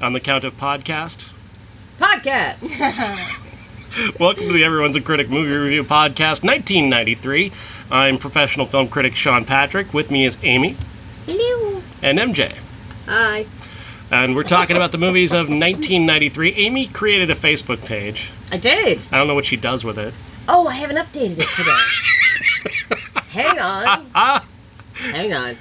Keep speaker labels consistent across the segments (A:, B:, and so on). A: on the count of podcast.
B: Podcast.
A: Welcome to the Everyone's a Critic Movie Review Podcast 1993. I'm professional film critic Sean Patrick. With me is Amy
B: Hello.
A: and MJ.
C: Hi.
A: And we're talking about the movies of 1993. Amy created a Facebook page.
B: I did.
A: I don't know what she does with it.
B: Oh, I haven't updated it today. Hang on. Hang on.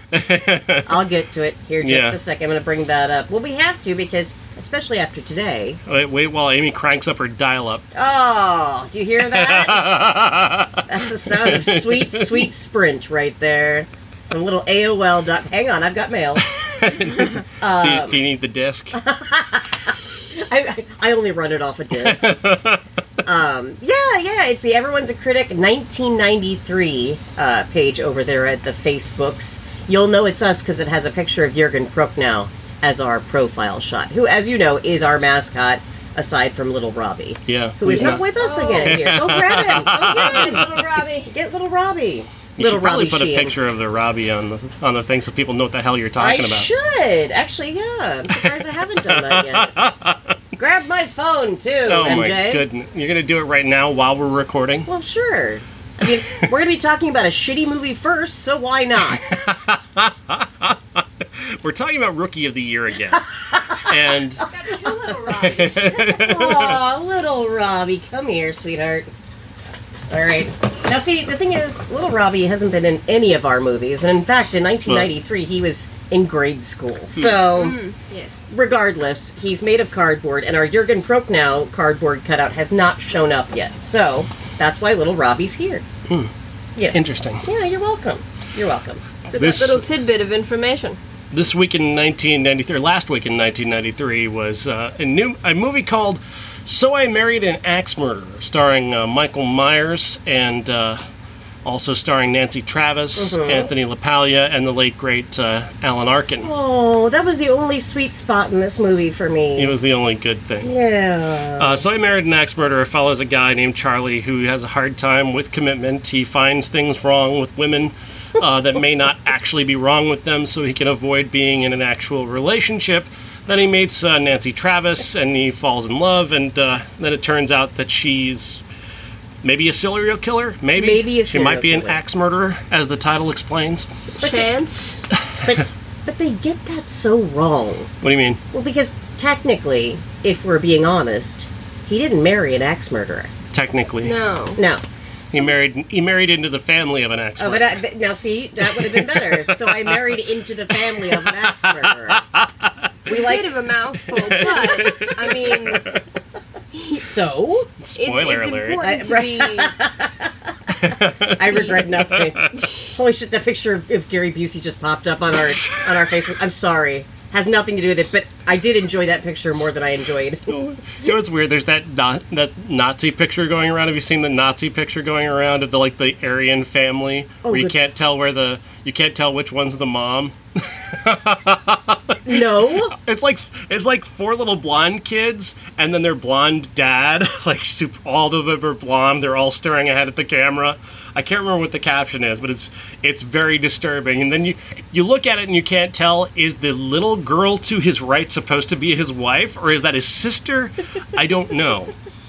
B: I'll get to it here just
A: Yeah.
B: a second. I'm going to bring that up. Well, we have to because, especially after today.
A: Wait, wait while Amy cranks up her dial up.
B: Oh, do you hear that? That's the sound of sweet, sweet sprint right there. Some little AOL. Dot, hang on, I've got mail.
A: do,
B: Um,
A: you, do you need the disc?
B: I, I only run it off a disc. um, yeah, yeah, it's the Everyone's a Critic 1993 uh, page over there at the Facebooks. You'll know it's us because it has a picture of Jurgen Prochnow as our profile shot, who, as you know, is our mascot aside from Little Robbie,
A: Yeah.
B: who is not
A: Yeah.
B: with us
C: Oh.
B: again here. Go grab him. Go get
C: Good,
B: him.
C: little Robbie.
B: Get Little Robbie.
A: You
B: little
A: should probably
B: Robbie
A: put
B: Sheehan.
A: a picture of the Robbie on the on the thing so people know what the hell you're
B: I
A: talking about.
B: should. Actually, yeah. I'm surprised I haven't done that yet. grab my phone, too,
A: Oh
B: MJ.
A: my goodness! You're gonna do it right now while we're recording.
B: Well, sure. I mean, we're going to be talking about a shitty movie first, so why not?
A: We're talking about Rookie of the Year again, and
C: Got two little Robbies.
B: Aw, little Robbie, come here, sweetheart. All right. Now, see, the thing is, little Robbie hasn't been in any of our movies, and in fact, in 1993, he was in grade school. So,
C: yes.
B: regardless, he's made of cardboard, and our Jurgen Prochnow cardboard cutout has not shown up yet. So, that's why little Robbie's here. Yeah.
A: interesting.
B: Yeah, you're welcome. You're welcome.
C: For
A: This-
C: that little tidbit of information.
A: This week in 1993, last week in 1993 was uh, a new a movie called "So I Married an Axe Murderer," starring uh, Michael Myers and uh, also starring Nancy Travis, Anthony LaPaglia, and the late great uh, Alan Arkin.
B: Oh, that was the only sweet spot in this movie for me.
A: It was the only good thing.
B: Yeah.
A: Uh, so I married an axe murderer. Follows a guy named Charlie who has a hard time with commitment. He finds things wrong with women uh, that may not actually be wrong with them, so he can avoid being in an actual relationship. Then he meets uh, Nancy Travis, and he falls in love. And uh, then it turns out that she's maybe a serial killer. Maybe,
B: Maybe a
A: she might
B: serial
A: be an
B: killer.
A: axe murderer, as the title explains.
C: Chance.
B: But but they get that so wrong.
A: What do you mean?
B: Well, because technically, if we're being honest, he didn't marry an axe murderer.
A: Technically,
C: No.
B: No.
A: he married he married into the family of an axe
B: Oh,
A: murderer.
B: but I, but now see, that would have been better. so I married into the family of an axe murderer. We
C: Bit
B: like
C: of a mouthful, but I mean, it's,
B: so.
A: Spoiler
C: it's
A: alert.
C: important to be.
B: I regret nothing. Holy shit! That picture of, of Gary Busey just popped up on our on our Facebook. I'm sorry, has nothing to do with it, but I did enjoy that picture more than I enjoyed.
A: You know what's weird? There's that na- that Nazi picture going around. Have you seen the Nazi picture going around of the like the Aryan family,
B: Oh,
A: where you
B: good.
A: can't tell where the you can't tell which one's the mom?
B: No.
A: It's like it's like four little blonde kids, and then their blonde dad. Like super, all of them are blonde. They're all staring ahead at the camera. I can't remember what the caption is, but it's it's very disturbing. And then you you look at it and you can't tell is the little girl to his right supposed to be his wife or is that his sister? I don't know.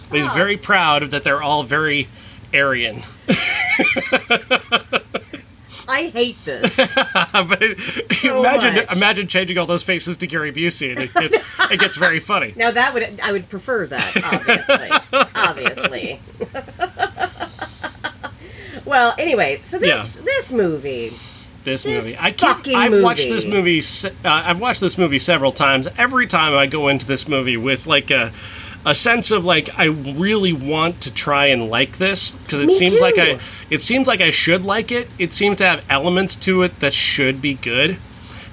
A: But he's very proud of that. They're all very Aryan,
B: I hate this.
A: but it,
B: So
A: imagine
B: much.
A: imagine changing all those faces to Gary Busey, and it gets it gets very funny.
B: now that would I would prefer that, obviously. obviously. well, anyway, so this
A: Yeah.
B: this movie.
A: this,
B: This
A: movie. I keep.
B: fucking
A: I've watched
B: movie.
A: this movie. se- Uh, I've watched this movie several times. Every time I go into this movie with like a, a sense of like I really want to try and like this because it
B: Me
A: seems
B: too.
A: like I. It seems like I should like it. It seems to have elements to it that should be good.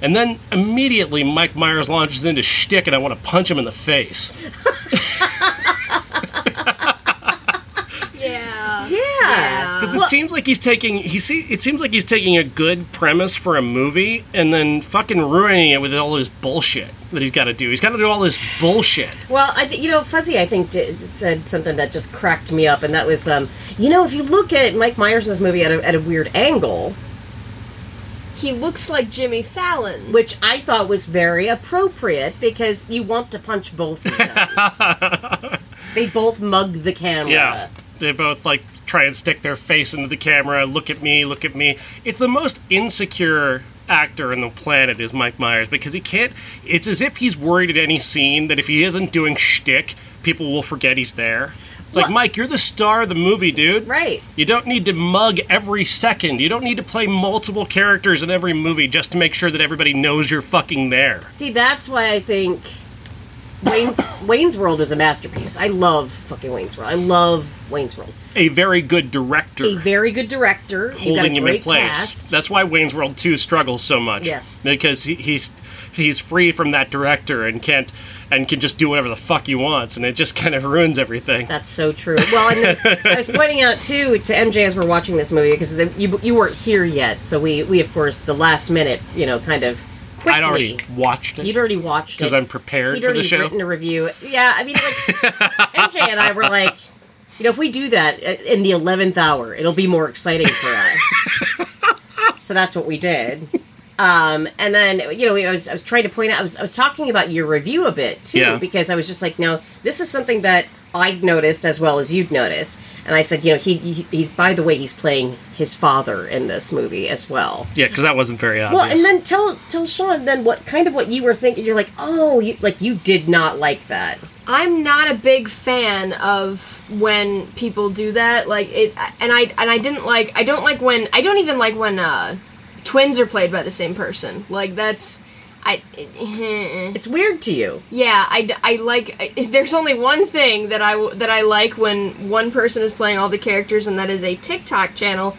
A: And then immediately Mike Myers launches into shtick, and I want to punch him in the face.
C: Yeah.
B: Yeah.
C: Yeah.
A: Because it seems like he's taking he see it seems like he's taking a good premise for a movie and then fucking ruining it with all this bullshit that he's got to do. He's got to do all this bullshit.
B: Well, I th- you know, Fuzzy, I think did, said something that just cracked me up, and that was, um, you know, if you look at Mike Myers in this movie at a, at a weird angle,
C: he looks like Jimmy Fallon.
B: which I thought was very appropriate because you want to punch both of them. they both mug the camera.
A: Yeah. They both like try and stick their face into the camera, look at me, look at me. It's the most insecure actor in the planet is Mike Myers because he can't it's as if he's worried at any scene that if he isn't doing shtick, people will forget he's there. It's like
B: Well-
A: Mike, you're the star of the movie, dude.
B: Right.
A: You don't need to mug every second. You don't need to play multiple characters in every movie just to make sure that everybody knows you're fucking there.
B: See, that's why I think Wayne's Wayne's World is a masterpiece. I love fucking Wayne's World. I love Wayne's World.
A: A very good director.
B: A very good director. You've got a
A: holding him in
B: great
A: place.
B: cast.
A: That's why Wayne's World 2 struggles so much.
B: Yes.
A: Because he, he's he's free from that director and can't and can just do whatever the fuck he wants and it just kind of ruins everything.
B: That's so true. Well, and then I was pointing out too to MJ as we're watching this movie because you you weren't here yet, so we we of course the last minute you know kind of quickly.
A: I'd already watched it.
B: You'd already watched it
A: 'Cause I'm prepared
B: He'd
A: for the
B: already
A: show.
B: Written a review. Yeah, I mean, like, MJ and I were like, you know, if we do that i- in the eleventh hour, it'll be more exciting for us. so that's what we did. Um, and then you know, I was, I was trying to point out, I was, I was talking about your review a bit too,
A: Yeah.
B: because I was just like, now this is something that I'd noticed as well as you'd noticed, and I said, you know, he, he he's by the way, he's playing his father in this movie as well.
A: yeah, because that wasn't very obvious.
B: Well, and then tell tell Sean then what kind of what you were thinking. You're like, oh, you, like you did not like that.
C: I'm not a big fan of when people do that. Like it, and I and I didn't like. I don't like when. I don't even like when uh, twins are played by the same person. Like that's, I.
B: It's weird to you.
C: Yeah, I, d- I like. I, there's only one thing that I w- that I like when one person is playing all the characters, and that is a TikTok channel.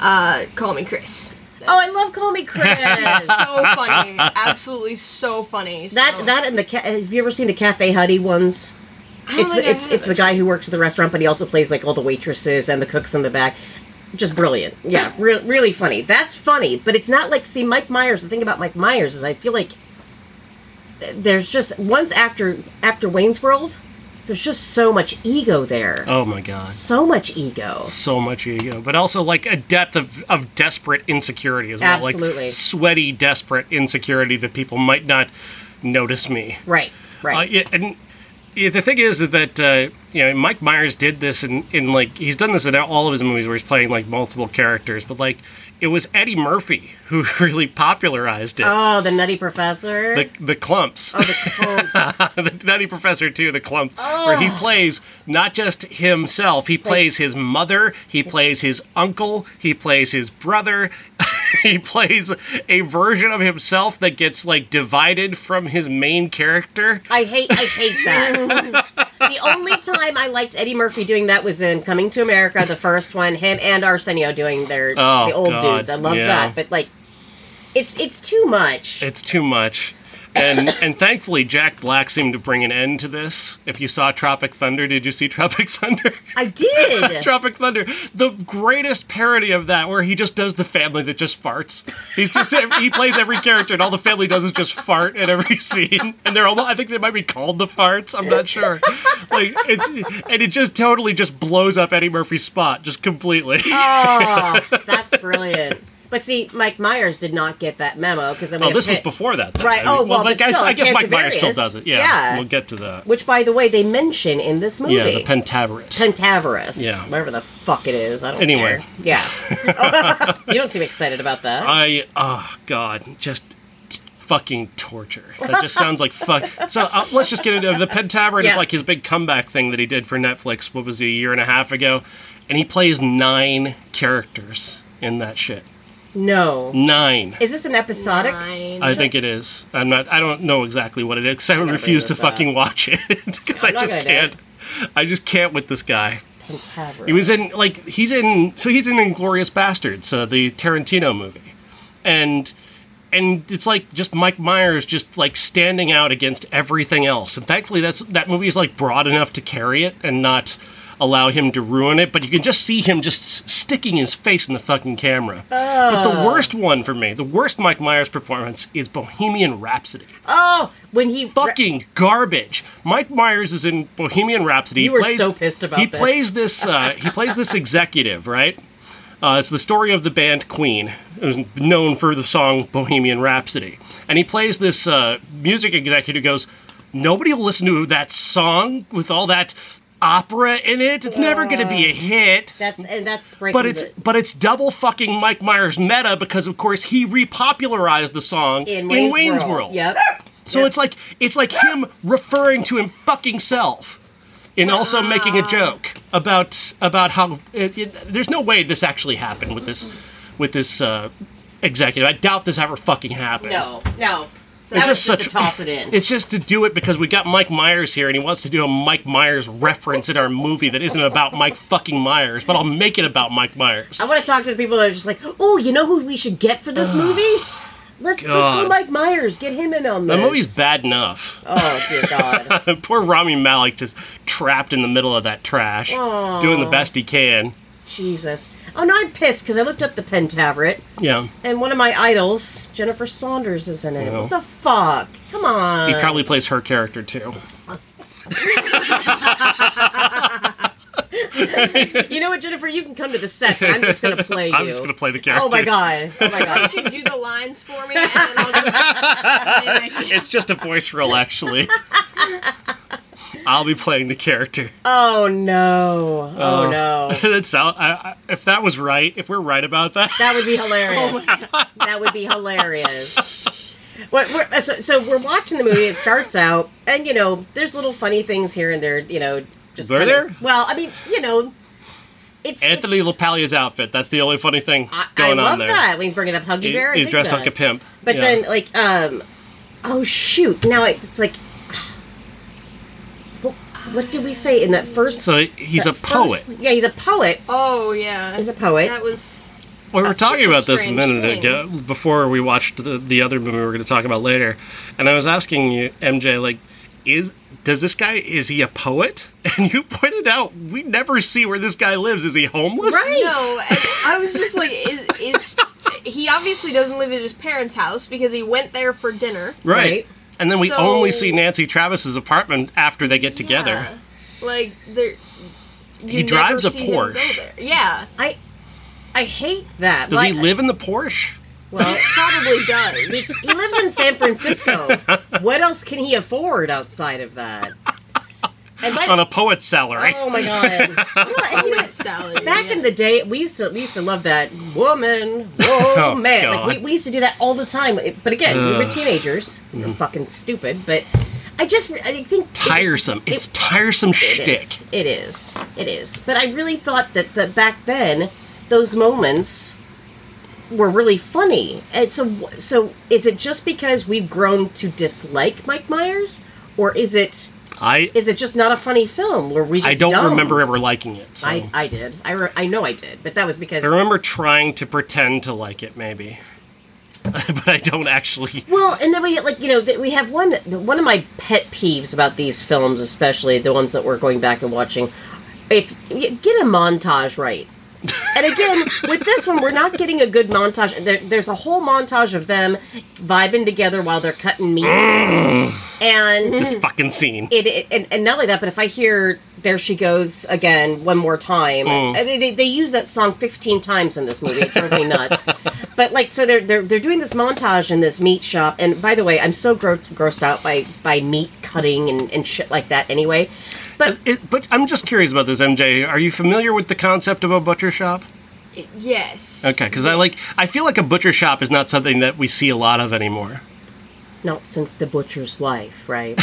C: Uh, call me Chris.
B: Oh, I love Call Me Chris. that
C: That's so funny. Absolutely so funny. So.
B: that and the ca- have you ever seen the Cafe Huddy ones?
C: I don't
B: It's
C: think
B: the,
C: Oh I
B: it's
C: have
B: it's the
C: it.
B: guy who works at the restaurant, but he also plays like all the waitresses and the cooks in the back. Just brilliant. Yeah, re- really funny. That's funny, but it's not like see Mike Myers. The thing about Mike Myers is I feel like th- there's just once after after Wayne's World, there's just so much ego there.
A: oh my god.
B: So much ego.
A: So much ego, but also like a depth of, of desperate insecurity as well.
B: Absolutely.
A: Like sweaty, desperate insecurity that people might not notice me.
B: Right,
A: Uh,
B: right.
A: yeah, and yeah, the thing is that uh, you know Mike Myers did this in, in like he's done this in all of his movies where he's playing like multiple characters, but like it was Eddie Murphy who really popularized it.
B: oh, the Nutty Professor.
A: The, the clumps,
B: oh, the clumps.
A: the Nutty Professor too, the clump, where he plays not just himself, he plays Ah. his mother, he plays his uncle, he plays his brother, he plays a version of himself that gets like divided from his main character.
B: I hate, I hate that. the only time I liked Eddie Murphy doing that was in Coming to America, the first one. Him and Arsenio doing their
A: Oh,
B: the old
A: God,
B: dudes. I love
A: yeah.
B: that, but like, it's it's too much.
A: It's too much. And and thankfully Jack Black seemed to bring an end to this. If you saw Tropic Thunder, did you see Tropic Thunder?
B: I did.
A: Tropic Thunder, the greatest parody of that where he just does the family that just farts. He's just he plays every character and all the family does is just fart at every scene. And they're almost I think they might be called the farts, I'm not sure. Like it's and it just totally just blows up Eddie Murphy's spot just completely.
B: oh, that's brilliant. But see, Mike Myers did not get that memo because then we
A: Oh,
B: have
A: this was
B: Pitt-
A: before that. though.
B: Right, oh, well,
A: I
B: but
A: guess,
B: still,
A: I guess Mike Myers still
B: Cantaveras,
A: does it. Yeah,
B: yeah.
A: we'll get to that.
B: which by the way they mention in this movie.
A: Yeah, the Pentaveret.
B: Pentaverous.
A: Yeah.
B: Whatever the fuck it is. I don't
A: Anyway.
B: care. Yeah. you don't seem excited about that.
A: I oh god, just fucking torture. That just sounds like fuck. So uh, let's just get into the Pentaveret
B: Yeah.
A: is like his big comeback thing that he did for Netflix. What was it, a year and a half ago? And he plays nine characters in that shit.
B: no.
A: Nine.
B: Is this an episodic?
C: Fine.
A: I think it is. I'm not. I don't know exactly what it is. 'cause I refuse to
B: this up.
A: fucking watch it because I
B: uh, not
A: just
B: gonna do it.
A: can't. I just can't with this guy.
B: Pentaveret.
A: He was in like he's in so he's in Inglorious Bastards, uh, the Tarantino movie, and and it's like just Mike Myers just like standing out against everything else. And thankfully, that's that movie is like broad enough to carry it and not allow him to ruin it. But you can just see him just sticking his face in the fucking camera. But the worst one for me, the worst Mike Myers performance is Bohemian Rhapsody.
B: Oh, when he
A: Fucking garbage. Mike Myers is in Bohemian Rhapsody.
B: You
A: He
B: were
A: plays-
B: so pissed about
A: he
B: this.
A: Plays this uh, he plays this executive, right? Uh, it's the story of the band Queen, who's known for the song Bohemian Rhapsody. And he plays this uh, music executive who goes, Nobody will listen to that song with all that opera in it. It's never going to be a hit.
B: That's and that's breaking.
A: But it's
B: the-
A: but it's double fucking Mike Myers meta because of course he repopularized the song
B: in Wayne's, World. Yep.
A: So
B: Yep.
A: it's like it's like him referring to him fucking self, and also making a joke about about how it, it- there's no way this actually happened with this with this uh, executive. I doubt this ever fucking happened.
B: No, no. That
A: It's just
B: was just
A: such-
B: to toss it in.
A: It's just to do it because we got Mike Myers here, and he wants to do a Mike Myers reference in our movie that isn't about Mike fucking Myers, but I'll make it about Mike Myers.
B: I want to talk to the people that are just like, oh, you know who we should get for this movie? Let's let's
A: God.
B: go Mike Myers. Get him in on this.
A: The movie's bad enough.
B: Oh dear God.
A: Poor Rami Malik just trapped in the middle of that trash, doing the best he can.
B: Jesus. Oh no, I'm pissed because I looked up the Pentaveret
A: Yeah.
B: and one of my idols, Jennifer Saunders, is in it.
A: No.
B: What the fuck? Come on.
A: He probably plays her character too.
B: You know what, Jennifer? You can come to the set. and I'm just gonna play you.
A: I'm just gonna play the character.
B: Oh my god. Oh my god.
C: you do the lines for me, and then I'll just. Maybe I
A: It's just a voice role, actually. I'll be playing the character.
B: Oh no. Oh no.
A: That's how- I, I, if that was right, if we're right about that,
B: That would be hilarious.
A: Oh,
B: that would be hilarious. What we're, uh, so, so we're watching the movie. It starts out, and you know, there's little funny things here and there. You know, just
A: Were
B: kinda-
A: there?
B: Well, I mean, you know, it's
A: Anthony
B: it's-
A: LaPaglia's outfit—that's the only funny thing
B: I, I
A: going
B: love
A: on there.
B: that when he's bringing up Huggy
A: He-
B: Bear. I
A: he's
B: dig
A: dressed
B: that.
A: like a pimp.
B: But
A: Yeah.
B: then, like, um, oh shoot! Now it's like, what, what did we say in that first?
A: so he's a
B: that
A: poet.
B: first- yeah, he's a poet.
C: Oh yeah,
B: He's a poet.
C: That was
A: We were
C: That's such
A: talking
C: a
A: about this a
C: strange
A: minute
C: thing.
A: ago before we watched the, the other movie we were going to talk about later, and I was asking you, MJ, like, is does this guy is he a poet? And you pointed out we never see where this guy lives. Is he homeless?
B: Right.
C: no. I, I was just like, is, is he obviously doesn't live at his parents' house because he went there for dinner.
A: Right.
B: Right.
A: And then we
C: So-
A: only see Nancy Travis's apartment after they get together.
C: Yeah. Like there. you
A: He drives
C: never
A: a
C: see him go
A: Porsche.
C: there. Yeah,
B: I, I hate that.
A: Does he
B: Like,
A: live in the Porsche?
B: Well,
C: it probably does.
B: He lives in San Francisco. What else can he afford outside of that? And by-
A: On a poet's salary.
B: oh my god! Well, and you know,
C: With salad.
B: back
C: yeah.
B: in the day, we used to we used to love that woman, woman. man.
A: Oh, God.
B: Like, we, we used to do that all the time. It- But again, we were
A: Ugh. Mm-hmm.
B: teenagers. We were fucking stupid. But I just I think
A: tiresome.
B: It,
A: it's tiresome
B: it
A: shtick.
B: is. It is. It is. But I really thought that that back then, those moments were really funny. And so, so is it just because we've grown to dislike Mike Myers, or is it
A: I
B: is it just not a funny film? Were we just
A: I don't
B: dumb?
A: remember ever liking it. So.
B: I, I did. I, re- I know I did, but that was because
A: I remember trying to pretend to like it, maybe, but I don't actually.
B: Well, and then we like you know that we have one one of my pet peeves about these films, especially the ones that we're going back and watching. If y- get a montage right, and again with this one, we're not getting a good montage. There, there's a whole montage of them vibing together while they're cutting meats, and
A: This fucking scene.
B: Hmm. it, it and, and not only that, but if I hear "There She Goes" again one more time,
A: Mm.
B: I mean, they, they use that song fifteen times in this movie. It drove me nuts. But like, so they're they're they're doing this montage in this meat shop, and by the way, I'm so gro- grossed out by by meat cutting and and shit like that. Anyway, but
A: It, but I'm just curious about this, MJ. Are you familiar with the concept of a butcher shop?
C: yes.
A: Okay, because I like. I feel like a butcher shop is not something that we see a lot of anymore.
B: not since the butcher's wife, right?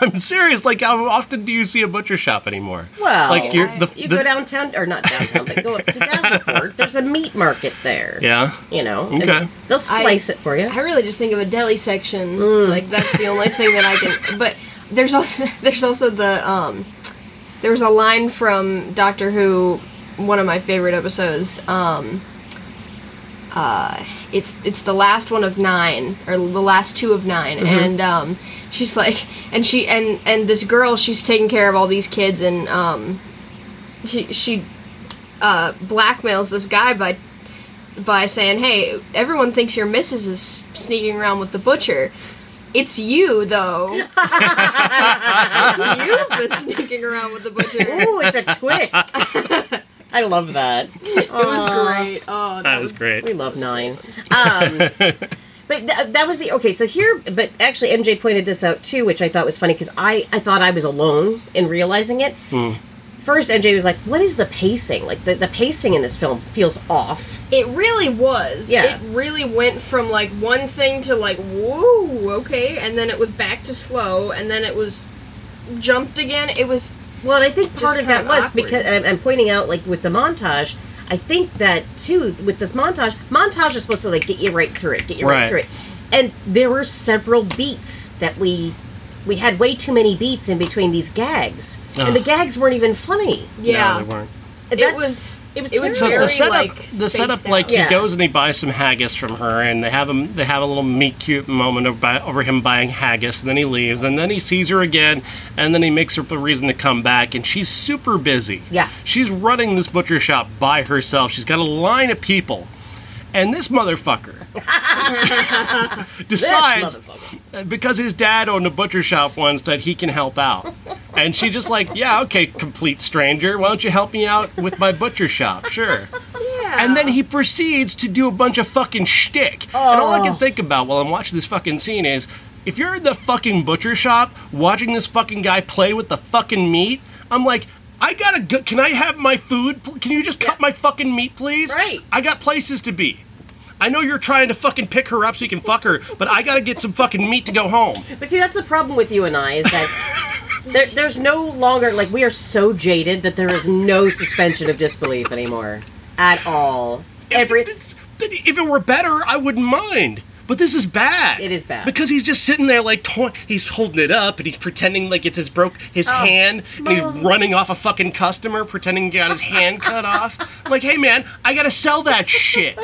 A: I'm serious. Like, how often do you see a butcher shop anymore?
B: Well,
A: like you're the,
B: You
A: the-
B: go downtown, or not downtown, but go up to Davenport. There's a meat market there.
A: yeah.
B: You know,
A: Okay.
B: they'll slice it for you.
C: I really just think of a deli section. Like that's the only thing that I can. But there's also there's also the um, there was a line from Doctor Who, one of my favorite episodes. Um, uh, it's it's the last one of nine or the last two of 9 and um, she's like and she and and this girl she's taking care of all these kids and um, she she uh, blackmails this guy by by saying, "Hey, everyone thinks your missus is sneaking around with the butcher. It's you, though. You've been sneaking around with the butcher."
B: Ooh, it's a twist. I love that.
C: It was great. Oh, that,
A: That is great.
B: We love nine. Um, but th- that was the okay. So here, but actually, MJ pointed this out too, which I thought was funny because I I thought I was alone in realizing it. First, MJ was like, "What is the pacing? Like the, the pacing in this film feels off."
C: It really was.
B: Yeah.
C: It really went from like one thing to like whoa, okay, and then it was back to slow, and then it was jumped again. It was
B: Well, and I think part
C: Just
B: of that
C: kinda
B: was
C: awkward.
B: because and I'm, I'm pointing out like with the montage. I think that too with this montage. Montage is supposed to like get you right through it, get you right,
A: Right.
B: through it. And there were several beats that we we had way too many beats in between these gags, and the
A: Ugh.
B: gags weren't even funny.
C: yeah.
A: No, they weren't.
B: That's,
C: it was
B: it was
C: it was
A: So the
B: terrible.
C: Very,
A: setup,
C: like,
A: the
C: spaced
A: setup, like
C: out.
B: Yeah.
A: he goes and he buys some haggis from her, and they have him, they have a little meet cute moment of buy, over him buying haggis, and then he leaves, and then he sees her again, and then he makes her a reason to come back, and she's super busy.
B: Yeah.
A: she's running this butcher shop by herself. She's got a line of people, and this motherfucker
B: This
A: decides
B: motherfucker.
A: Uh, because his dad owned a butcher shop once that he can help out. And she just like, yeah, okay, complete stranger, why don't you help me out with my butcher shop? Sure.
C: yeah.
A: And then he proceeds to do a bunch of fucking shtick. And all I
C: Oh.
A: can think about while I'm watching this fucking scene is if you're in the fucking butcher shop watching this fucking guy play with the fucking meat, I'm like, I gotta go. Can I have my food? pl- Can you just cut my fucking meat, please?
C: Right.
A: I got places to be. I know you're trying to fucking pick her up so you can fuck her, but I gotta get some fucking meat to go home.
B: But see, that's the problem with you and I is that there, there's no longer like we are so jaded that there is no suspension of disbelief anymore at all. Every
A: But it's- but if it were better, I wouldn't mind. But this is bad.
B: It is bad.
A: because he's just sitting there like to- he's holding it up and he's pretending like it's his broke
B: Oh,
A: his hand and he's running off a fucking customer pretending he got his hand cut off. I'm like, hey man, I gotta sell that shit.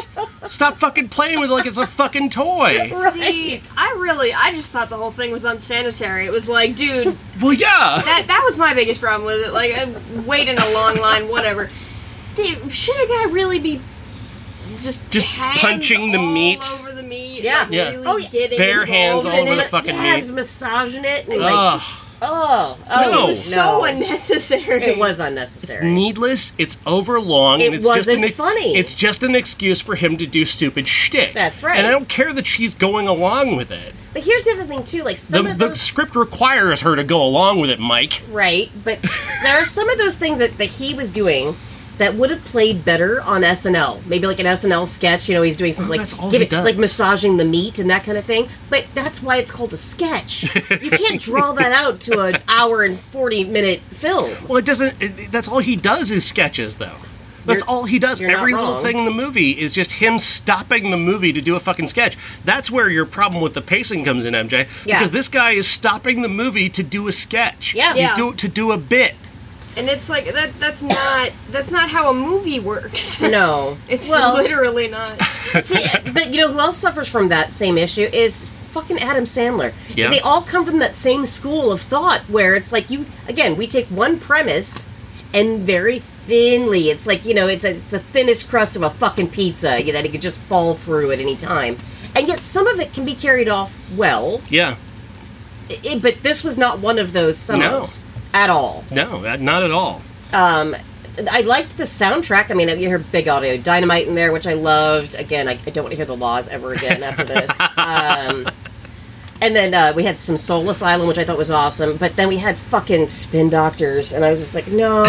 A: Stop fucking playing with it like it's a fucking toy.
C: See, I really, I just thought the whole thing was unsanitary. It was like, dude,
A: Well, yeah.
C: that that was my biggest problem with it. Like, I wait in a long line, whatever. They, should a guy really be just
A: Just
C: hands
A: punching the
C: all
A: meat?
C: over the meat?
B: Yeah.
C: like,
A: Yeah.
C: Really
B: Oh, yeah.
C: getting
A: Bare hands
C: involved
A: all
C: in
A: over the
C: it?
A: fucking
B: yeah,
A: meat.
B: he's massaging it and like
A: Ugh.
B: oh oh
A: No.
C: It was so unnecessary.
B: It was
A: It's
B: unnecessary.
A: needless. It's overlong.
B: It
A: and it's just
B: wasn't
A: an,
B: funny.
A: It's just an excuse for him to do stupid shtick.
B: That's right.
A: And I don't care that she's going along with it.
B: but here's the other thing too, like
A: The,
B: some of
A: the
B: those
A: script requires her to go along with it, Mike.
B: right, but there are some of those things that, that he was doing that would have played better on SNL. Maybe like an SNL sketch, you know, he's doing something
A: Oh, that's all
B: like give
A: he
B: it,
A: does.
B: like massaging the meat and that kind of thing. But that's why it's called a sketch. you can't draw that out to an hour and 40 minute film.
A: Well, it doesn't. It, that's all he does is sketches, though. That's
B: You're-
A: all he does.
B: you're not
A: Every little
B: wrong.
A: thing in the movie is just him stopping the movie to do a fucking sketch. That's where your problem with the pacing comes in, MJ.
B: Yeah.
A: Because this guy is stopping the movie to do a sketch.
B: Yeah.
A: He's
C: Yeah.
A: Do, to do a bit.
C: and it's like that. That's not. That's not how a movie works.
B: No.
C: It's
B: well,
C: literally not.
B: See, but you know who else suffers from that same issue is fucking Adam Sandler.
A: Yeah.
B: They all come from that same school of thought where it's like you again, we take one premise and very thinly, it's like, you know, it's a, it's the thinnest crust of a fucking pizza you- that it could just fall through at any time. And yet some of it can be carried off well,
A: Yeah.
B: i- i- but this was not one of those summers at all.
A: No, that- not at all.
B: Um, I liked the soundtrack. I mean, you hear big audio dynamite in there, which I loved. Again, I, I don't want to hear the laws ever again after this. Um, and then uh, we had some Soul Asylum, which I thought was awesome. But then we had fucking Spin Doctors, and I was just like, no.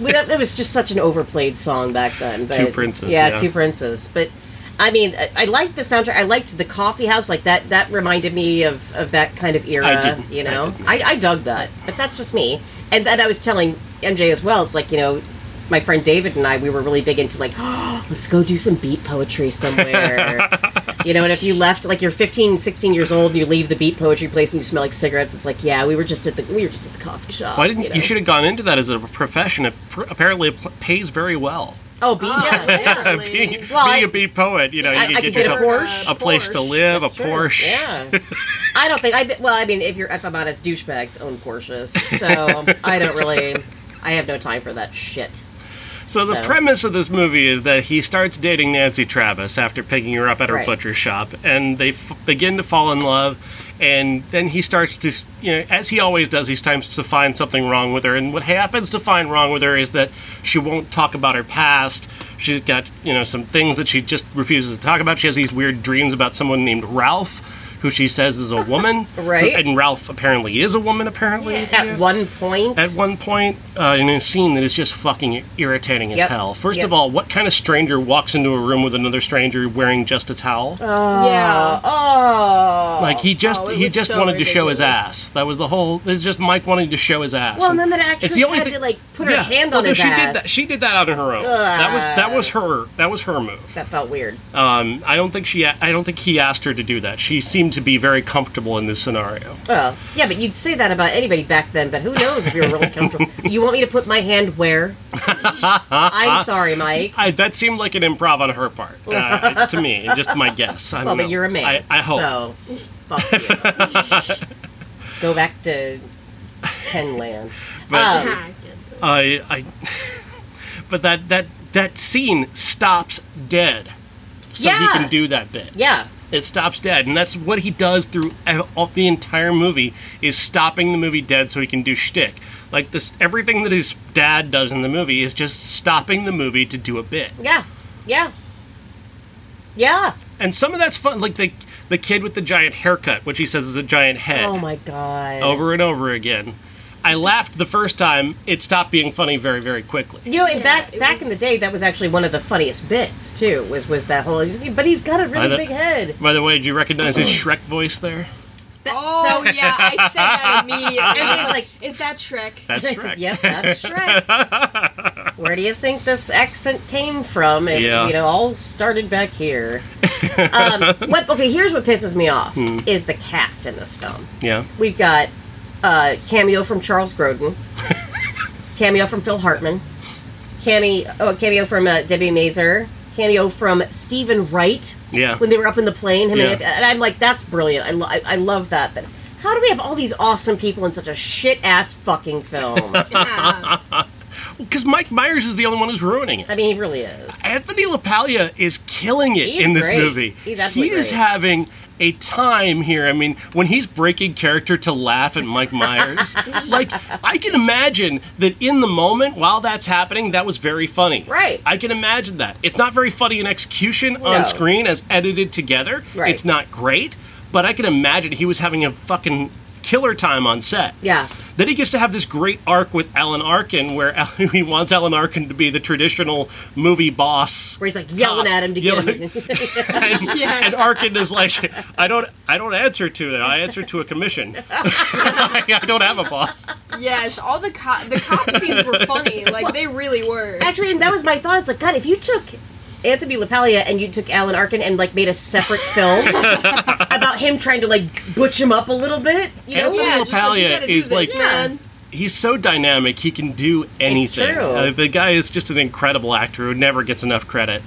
B: We- that- it was just such an overplayed song back then. But,
A: Two Princes,
B: Yeah,
A: yeah.
B: Two Princes. But. I mean, I, I liked the soundtrack. I liked the coffee house. Like that, that reminded me of, of that kind of era.
A: I didn't.
B: You
A: I
B: know,
A: didn't.
B: I, I dug that, but that's just me. And then I was telling MJ as well. It's like you know, my friend David and I, we were really big into like, oh, let's go do some beat poetry somewhere. you know, and if you left, like you're 15, 16 years old, and you leave the beat poetry place and you smell like cigarettes, it's like, yeah, we were just at the we were just at the coffee shop.
A: Why didn't you,
B: know?
A: should have gone into that as a profession? It pr- apparently it pl- pays very well.
B: Oh, beat.
C: Oh,
B: yeah, yeah.
C: literally.
A: being
B: Well,
A: being
B: I-
A: a beat poet, you know,
B: I-
A: you
B: I
A: can
B: could
A: get
B: get a
A: yourself
B: Porsche.
A: a place to
C: Porsche.
A: live,
B: That's
A: a
B: true.
A: Porsche.
B: Yeah. I don't think I. thi- Well, I mean, if you're if I'm honest, douchebags own Porsches, so I don't really. I have no time for that shit.
A: So the
B: So-
A: premise of this movie is that he starts dating Nancy Travis after picking her up at her
B: Right.
A: butcher shop, and they f- begin to fall in love. and then he starts to you know as he always does he starts to find something wrong with her and what happens to find wrong with her is that she won't talk about her past she's got you know some things that she just refuses to talk about she has these weird dreams about someone named ralph who she says is a woman
B: Right.
A: and ralph apparently is a woman apparently
C: Yeah.
B: At one point,
A: at one point uh, in a scene that is just fucking irritating as
B: Yep.
A: hell first
B: Yep.
A: of all what kind of stranger walks into a room with another stranger wearing just a towel
B: Uh,
C: yeah.
B: oh,
A: Like he just
C: Oh, it
A: he
C: was
A: just
C: so
A: wanted to show his
C: ridiculous.
A: ass. That was the whole. It's just Mike wanting to show his ass.
B: well, and then
A: And-
B: that actress
A: it's the only
B: had
A: thing-
B: to like put
A: yeah.
B: her hand
A: Well,
B: on
A: no,
B: his
A: she
B: ass.
A: Did that, she did that on her own. That was that was her that was her move.
B: that felt weird.
A: Um, I don't think she a- I don't think he asked her to do that. She seemed to be very comfortable in this scenario.
B: Well, yeah, but you'd say that about anybody back then. But who knows if you were really comfortable? you want me to put my hand where? I'm sorry, Mike.
A: I, that seemed like an improv on her part uh, to me. Just my guess. I don't
B: Well,
A: know.
B: but you're a man.
A: I, I hope.
B: So, fuck you. Go back to Kenland.
A: But-
B: Um,
A: I, I but that that that scene stops dead, so he
B: Yeah.
A: can do that bit.
B: yeah.
A: it stops dead and that's what he does through ev- all- the entire movie is stopping the movie dead so he can do shtick. Like this, everything that his dad does in the movie is just stopping the movie to do a bit.
B: Yeah. Yeah. Yeah.
A: And some of that's fun, like the the kid with the giant haircut, which he says is a giant head,
B: Oh my god.
A: Eh. over and over again. I laughed the first time; it stopped being funny very, very quickly.
B: You know, and
C: Yeah,
B: back
C: it
B: back
C: was-
B: in the day, that was actually one of the funniest bits too. Was was that whole? But he's got a
A: By
B: really
A: the-
B: big head.
A: By the way, did you recognize his Shrek voice there?
B: That,
C: Oh
B: so
C: yeah, I said that immediately.
B: And he's like-
C: "Is that Trek?"
A: That's
B: I
A: Shrek.
B: said, yep, that's Shrek. Where do you think this accent came from? It,
A: Yeah.
B: you know, all started back here. Um, what? Okay, here's what pisses me off
A: Hmm.
B: is the cast in this film.
A: Yeah.
B: We've got uh, cameo from Charles Grodin, cameo from Phil Hartman, cameo oh, cameo from uh, Debbie Mazur, cameo from Stephen Wright.
A: Yeah.
B: When they were up in the plane, him
A: Yeah.
B: and, and I'm like, that's brilliant. I, lo- I, I love that. But how do we have all these awesome people in such a shit ass fucking film?
C: Yeah.
A: Because Mike Myers is the only one who's ruining it.
B: I mean, he really is.
A: Anthony LaPaglia is killing it
B: He's
A: in this
B: great.
A: movie.
B: He's absolutely
A: He is
B: great.
A: having a time here. I mean, when he's breaking character to laugh at Mike Myers, like I can imagine that in the moment while that's happening, that was very funny.
B: Right.
A: I can imagine that. It's not very funny in execution
B: No.
A: on screen as edited together.
B: Right.
A: It's not great, but I can imagine he was having a fucking killer time on set.
B: Yeah.
A: Then he gets to have this great arc with Alan Arkin, where Al- he wants Alan Arkin to be the traditional movie boss,
B: Where he's like yelling
A: cop.
B: at him to
A: Yelling-
B: get him.
A: and,
C: Yes.
A: and Arkin is like, I don't, I don't answer to that. I answer to a commission. I don't have a boss.
C: yes, all the co- the cop scenes were funny. Like they really were.
B: Actually, and that was my thought. It's like, God, if you took Anthony LaPaglia and you took Alan Arkin and like made a separate film about him trying to like butch him up a little bit, you know?
A: Anthony
C: yeah, just like,
A: Lappalia
C: you gotta do
A: is
C: this,
A: like-
C: man.
A: He's so dynamic; he can do anything.
B: true.
A: Uh, the guy is just an incredible actor who never gets enough credit.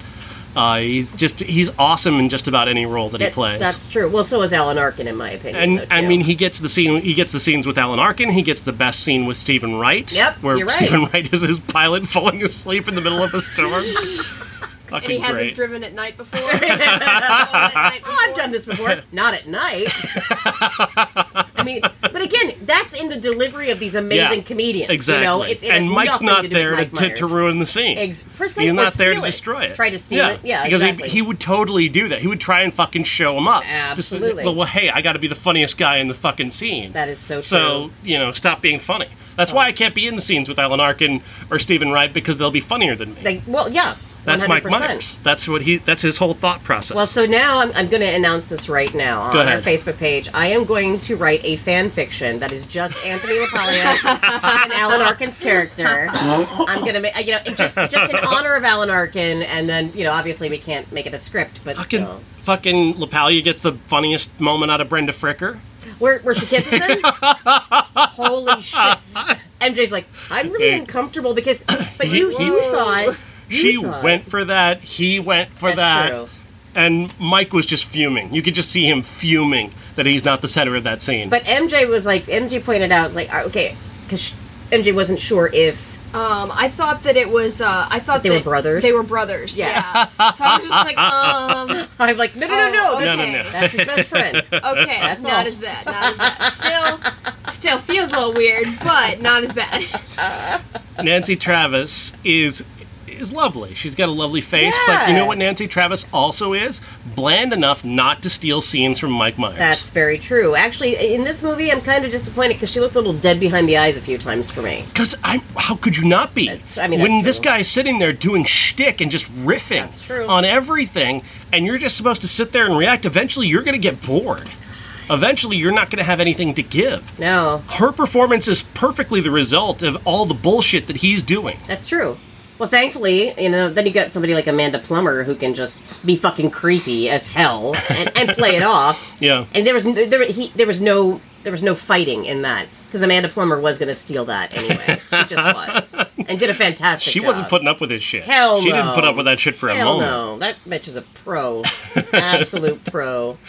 A: Uh, he's just, he's awesome in just about any role that he
B: That's-
A: plays.
B: That's true. Well, so is Alan Arkin, in my opinion.
A: And
B: though,
A: I
B: too.
A: mean, he gets the scene. He gets the scenes with Alan Arkin. He gets the best scene with Stephen Wright.
B: Yep,
A: where
B: you're right.
A: Stephen Wright is his pilot falling asleep in the middle of a storm. Fucking
C: and he hasn't
A: great.
C: driven at night before. He's driven at night
B: Oh, I've
C: before.
B: done this before. Not at night. I mean, but again, that's in the delivery of these amazing
A: Yeah,
B: comedians.
A: exactly.
B: You know? it, it has
A: and Mike's
B: nothing
A: not
B: to do with
A: there
B: Mike
A: to, to
B: Myers.
A: ruin the scene.
B: Ex- precisely,
A: He's
B: or
A: not there to
B: steal it.
A: destroy it.
B: Try to steal it. Yeah,
A: because
B: exactly.
A: he, he would totally do that. He would try and fucking show him up. Just,
B: Absolutely.
A: well, well, hey, I got to be the funniest guy in the fucking scene.
B: That is so true.
A: So you know, stop being funny. That's why I can't be in the scenes with Alan Arkin or Stephen Wright because they'll be funnier than me.
B: Like, well, yeah.
A: That's
B: 100%.
A: Mike Myers. That's what he. That's his whole thought process.
B: Well, so now I'm, I'm going to announce this right now on
A: Go
B: our
A: ahead.
B: Facebook page. I am going to write a fan fiction that is just Anthony LaPaglia and Alan Arkin's character. I'm going to make, you know, it just just in honor of Alan Arkin, and then you know, obviously we can't make it a script, but
A: fucking
B: still,
A: fucking Lapaglia gets the funniest moment out of Brenda Fricker.
B: where where she kisses him. Holy shit! MJ's like, I'm really
A: Hey.
B: uncomfortable because, but
A: He-
B: you
A: he-
B: you thought you
A: She
B: thought-
A: went for that. He went for that.
B: That's true.
A: And Mike was just fuming. You could just see him fuming that he's not the center of that scene.
B: But MJ was like, MJ pointed out, it's like, uh, okay, because MJ wasn't sure if
C: Um, I thought that it was. Uh, I thought
B: they
C: that
B: were brothers?
C: They were brothers.
B: Yeah.
C: Yeah. so I was just like, um,
B: I'm like, no, no, no, no.
C: Oh,
B: That's,
C: No,
B: his,
C: no, no.
B: that's his best friend.
C: okay,
B: That's
C: not
B: all.
C: as bad. Not as bad. Still, still feels a little weird, but not as bad.
B: uh,
A: Nancy Travis is is lovely. She's got a lovely face, but you
B: Yeah.
A: know what Nancy Travis also is? Bland enough not to steal scenes from Mike Myers.
B: That's very true. Actually, in this movie, I'm kind of disappointed because she looked a little dead behind the eyes a few times for me.
A: Because I, how could you not be?
B: That's- I mean,
A: when
B: that's
A: this
B: true.
A: guy's sitting there doing shtick and just riffing
B: That's true.
A: on everything, and you're just supposed to sit there and react, eventually you're going to get bored. Eventually, you're not going to have anything to give.
B: No,
A: Her performance is perfectly the result of all the bullshit that he's doing.
B: that's true. Well, thankfully, you know, then you got somebody like Amanda Plummer who can just be fucking creepy as hell and, and play it off.
A: Yeah.
B: And there was n- there he there was no there was no fighting in that because Amanda Plummer was going to steal that anyway. she just was and did a fantastic.
A: She
B: job.
A: wasn't putting up with his shit.
B: Hell
A: She didn't
B: no.
A: put up with that shit for a
B: Hell
A: moment.
B: no, that bitch is a pro, absolute pro.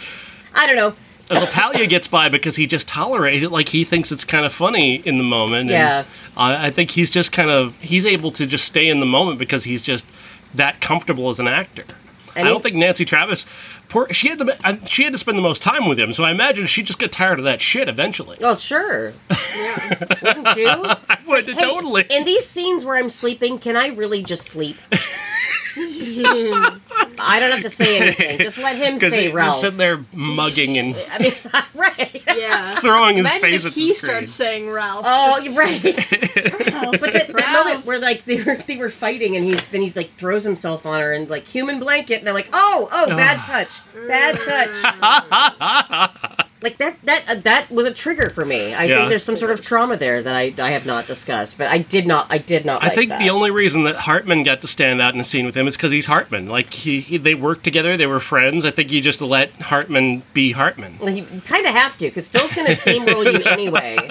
B: I don't know.
A: As Opalia gets by because he just tolerates it, like he thinks it's kind of funny in the moment. and
B: Yeah.
A: I, I think he's just kind of he's able to just stay in the moment because he's just that comfortable as an actor. I,
B: And he-
A: don't think Nancy Travis, poor, she had the I- she had to spend the most time with him, so I imagine she just got tired of that shit eventually.
B: Well, sure. Wouldn't you?
A: Would-
B: Hey,
A: totally.
B: In these scenes where I'm sleeping, can I really just sleep? I don't have to say anything. Just let him
A: Because
B: say
A: he's just
B: Ralph. uh,
A: sitting there mugging and
B: right.
C: Yeah.
A: throwing his
C: Imagine
A: face
C: if
A: at
C: he
A: the
C: starts
A: screen.
C: saying Ralph.
B: Oh,
C: just-
B: you're right. Oh, but that, that
C: Ralph.
B: moment where like they were they were fighting and he then he like throws himself on her and like human blanket and I'm like, oh, oh, bad touch, bad touch. like that that uh, that was a trigger for me. I
A: Yeah.
B: think there's some sort of trauma there that I I have not discussed, but I did not I did not.
A: I
B: like
A: think
B: that.
A: the only reason that Hartman got to stand out in a scene with him is because he's Hartman. Like he, he, they worked together, they were friends. I think you just let Hartman be Hartman.
B: Well, you kind of have to because Phil's going to steamroll you anyway,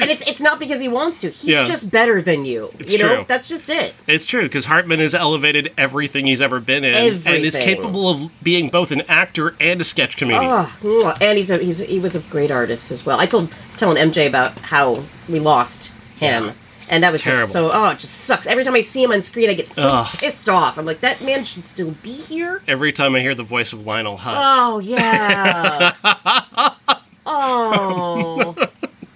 B: and it's it's not because he wants to. He's
A: Yeah.
B: just better than you. you know,
A: true.
B: that's just it.
A: It's true because Hartman has elevated everything he's ever been in, and is
B: Everything.
A: capable of being both an actor and a sketch comedian.
B: Oh, and he's a he's he was a great artist as well. I told I was telling MJ about how we lost him, and that was
A: Terrible.
B: just so oh it just sucks. Every time I see him on screen, I get so
A: Ugh.
B: pissed off. I'm like that man should still be here.
A: Every time I hear the voice of Lionel Hutz,
B: Oh yeah. oh,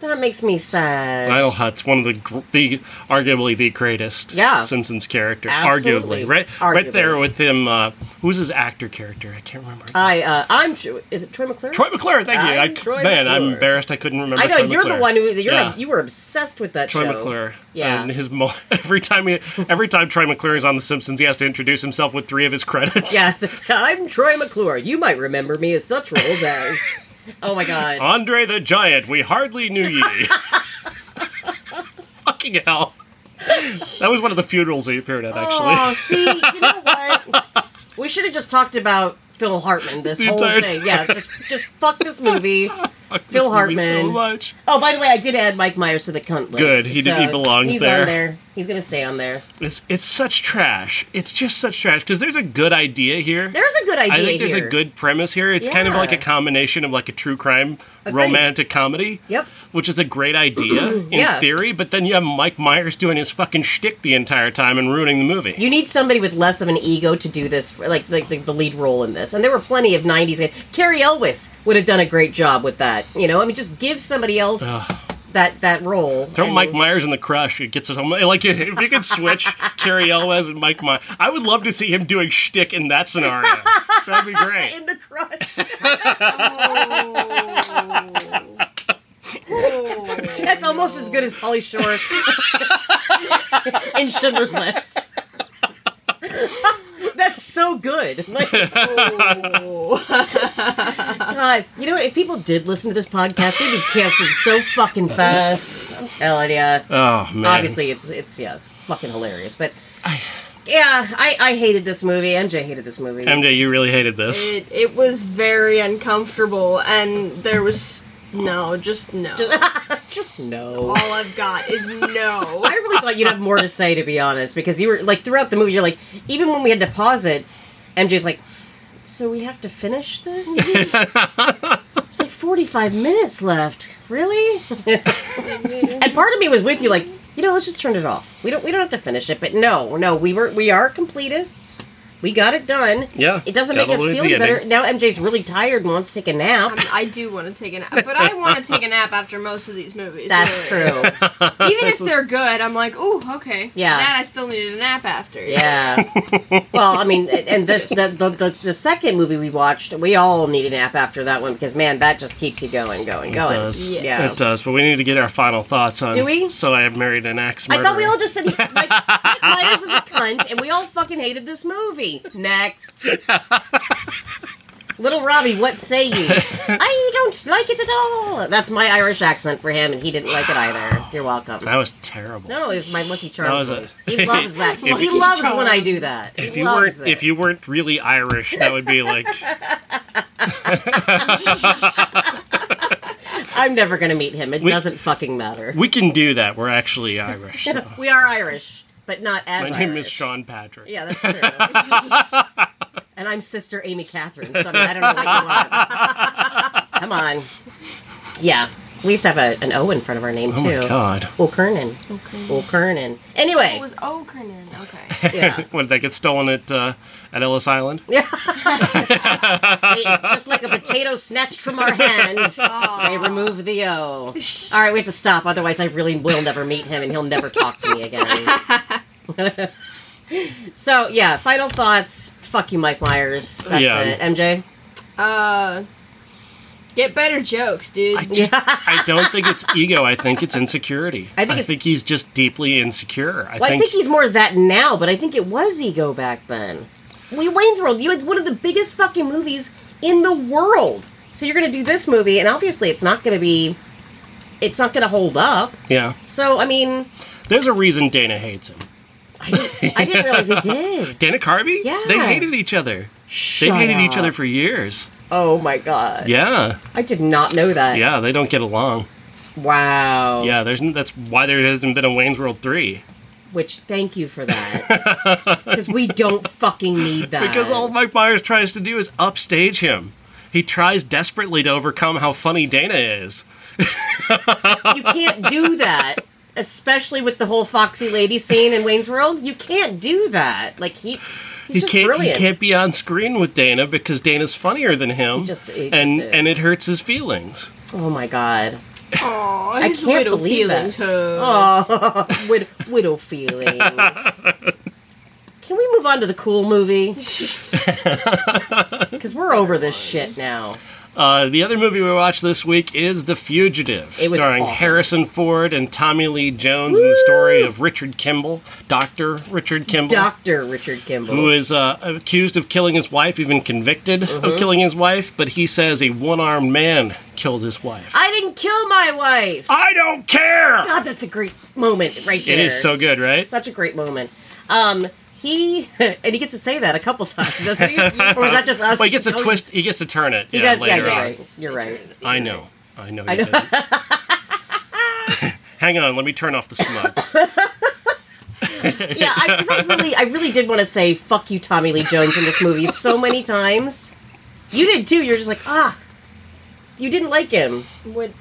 B: that makes me sad.
A: Lionel Hutz, one of the gr- the arguably the greatest
B: Yeah.
A: Simpsons character,
B: Absolutely.
A: arguably right right
B: Arguably.
A: there with him. Uh, who's his actor character? I can't remember.
B: I uh, I'm Tr- is it Troy McClure?
A: Troy McClure, thank you.
B: I'm
A: I,
B: Troy
A: man, I'm
B: McClure.
A: embarrassed I couldn't remember.
B: I know
A: Troy
B: you're
A: McClure.
B: the one who you're
A: Yeah.
B: you were obsessed with that
A: Troy
B: show.
A: McClure. Um,
B: Yeah.
A: And his mo- every time he every time Troy McClure is on The Simpsons, he has to introduce himself with three of his credits.
B: Yes, I'm Troy McClure. You might remember me as such roles as. Oh my god.
A: Andre the Giant, we hardly knew ye. Fucking hell. That was one of the funerals he appeared at, actually.
B: Oh, see, you know what? We should have just talked about Phil Hartman this
A: The
B: whole
A: entire
B: thing. Yeah, just just fuck this movie.
A: Fuck this
B: Phil
A: movie
B: Hartman.
A: So much.
B: Oh, by the way, I did add Mike Myers to the cunt list.
A: Good, he did-
B: so
A: he belongs
B: he's
A: there.
B: on there. He's gonna stay on there.
A: It's it's such trash. It's just such trash because there's a good idea here.
B: There's a good idea.
A: I think there's
B: here.
A: a good premise here. It's kind of
B: Yeah.
A: like a combination of like a true crime
B: Agreed.
A: romantic comedy.
B: Yep.
A: Which is a great idea in
B: Yeah.
A: theory, but then you have Mike Myers doing his fucking shtick the entire time and ruining the movie.
B: You need somebody with less of an ego to do this, like like the, the lead role in this. And there were plenty of '90s. guys. Carrie Elwes would have done a great job with that. You know, I mean, just give somebody else that that role.
A: Throw
B: and-
A: Mike Myers in the crush. It gets us home. Like if you could switch Carrie Elwes and Mike Myers, I would love to see him doing shtick in that scenario. That'd be great.
B: in the crush.
C: Oh. Oh.
B: That's almost as good as Polly Shore in Schindler's List. That's so good. Like,
C: Oh.
B: God, you know what? If people did listen to this podcast, they'd be canceled so fucking fast. I'm telling you.
A: Oh man.
B: obviously it's it's yeah it's fucking hilarious but yeah I, I hated this movie mj hated this movie
A: MJ, you really hated this.
C: It, it was very uncomfortable, and there was no, just no.
B: just no
C: All I've got is no.
B: i really thought you'd have more to say to be honest because you were like throughout the movie you're like even when we had to pause it mj's like so we have to finish this it's like 45 minutes left really and part of me was with you like you know, let's just turn it off. We don't we don't have to finish it, but no, no, we were we are completists. We got it done.
A: Yeah,
B: It doesn't
A: gotta
B: make us
A: believe
B: feel
A: the
B: any better.
A: ending.
B: Now MJ's really tired and wants to take a nap.
C: I, mean, I do want to take a nap, but I want to take a nap after most of these movies.
B: That's
C: really.
B: true.
C: Even if they're good, I'm like, ooh, okay.
B: Yeah.
C: That I still needed a nap after.
B: Yeah. well, I mean, and this the, the the the second movie we watched, we all need a nap after that one because man, that just keeps you going, going,
A: It
B: going.
A: does.
C: Yeah.
A: It does. But we need to get our final thoughts on.
B: Do we?
A: So I have married an axe
B: I
A: murderer.
B: thought we all just said Mike, Mike Myers is a cunt, and we all fucking hated this movie. Next. Little Robbie, what say you? I don't like it at all. That's my Irish accent for him, and he didn't like it either. You're welcome.
A: That was terrible.
B: No, it's my Lucky
A: That was
B: Charms
A: a-
B: voice. He loves that.
A: If
B: he
A: you-
B: loves when I do that.
A: If
B: he
A: you
B: loves
A: weren't,
B: it.
A: if you weren't really Irish, that would be like.
B: I'm never gonna meet him. It
A: We-
B: doesn't fucking matter.
A: we can do that. We're actually Irish. So.
B: We are Irish, but not as
A: My name
B: Irish.
A: is Sean Patrick.
B: Yeah, that's true. and I'm Sister Amy Catherine, so I, mean, I don't know what you want. Come on. Yeah. We used to have a, an O in front of our name,
A: Oh
B: too.
A: my god.
B: O'Kernan.
C: Okay.
B: O'Kernan. Anyway.
C: It was O'Kernan. Okay.
B: yeah.
A: What did that get stolen at uh, at Ellis Island?
B: They- just like a potato snatched from our hand, they remove the O. All right, we have to stop. Otherwise, I really will never meet him, and he'll never talk to me again. so, yeah, final thoughts. Fuck you, Mike Myers. That's
A: Yeah.
B: it. MJ?
C: uh, get better jokes, dude.
A: I don't think it's ego. I think it's insecurity.
B: I think it's-
A: he's just deeply insecure. I
B: Well,
A: think.
B: I think he's more of that now, but I think it was ego back then. We Wayne's World, you had one of the biggest fucking movies in the world. So you're going to do this movie, and obviously it's not going to be, it's not going to hold up.
A: yeah.
B: So I mean,
A: There's a reason Dana hates him.
B: I didn't, I didn't realize it did.
A: Dana Carvey?
B: Yeah.
A: They hated each other.
B: Shut
A: They've hated
B: up.
A: each other for years.
B: Oh my god!
A: Yeah.
B: I did not know that.
A: Yeah, they don't get along.
B: Wow.
A: Yeah, there's n- that's why there hasn't been a Wayne's World 3.
B: Which thank you for that, because we don't fucking need that.
A: Because all Mike Myers tries to do is upstage him. He tries desperately to overcome how funny Dana is.
B: you can't do that. Especially with the whole Foxy Lady scene in Wayne's World, you can't do that. Like he, he's
A: He
B: just
A: can't
B: brilliant.
A: he can't be on screen with Dana because Dana's funnier than him.
B: just- he just
A: and
B: is.
A: and it hurts his feelings.
B: Oh my god.
C: Aw, his
B: can't
C: little
B: believe that.
C: feelings hurt.
B: Oh, wid- widow feelings. Can we move on to the cool movie? Because we're over this shit now.
A: Uh, the other movie we watched this week is The Fugitive,
B: It was
A: starring
B: awesome.
A: Harrison Ford and Tommy Lee Jones, and the story of Richard Kimball, Doctor Richard Kimball,
B: Doctor Richard Kimball.
A: who is uh, accused of killing his wife, even convicted
B: Mm-hmm.
A: of killing his wife, but he says a one-armed man killed his wife.
B: I didn't kill my wife.
A: I don't care.
B: God, that's a great moment right there.
A: It is so good, right?
B: Such a great moment. Um, he and he gets to say that a couple times, doesn't he? or is that just us?
A: Well, he gets a
B: No,
A: twist. He gets to turn it.
B: He,
A: yeah,
B: does. Yeah,
A: later
B: you're
A: on.
B: right. You're right.
A: I know. I know.
B: I
A: you
B: know.
A: did. Hang on. Let me turn off the smug.
B: Yeah, I, 'cause I really, I really did want to say "fuck you, Tommy Lee Jones" in this movie so many times. You did too. You're just like, ah, you didn't like him.
C: Would,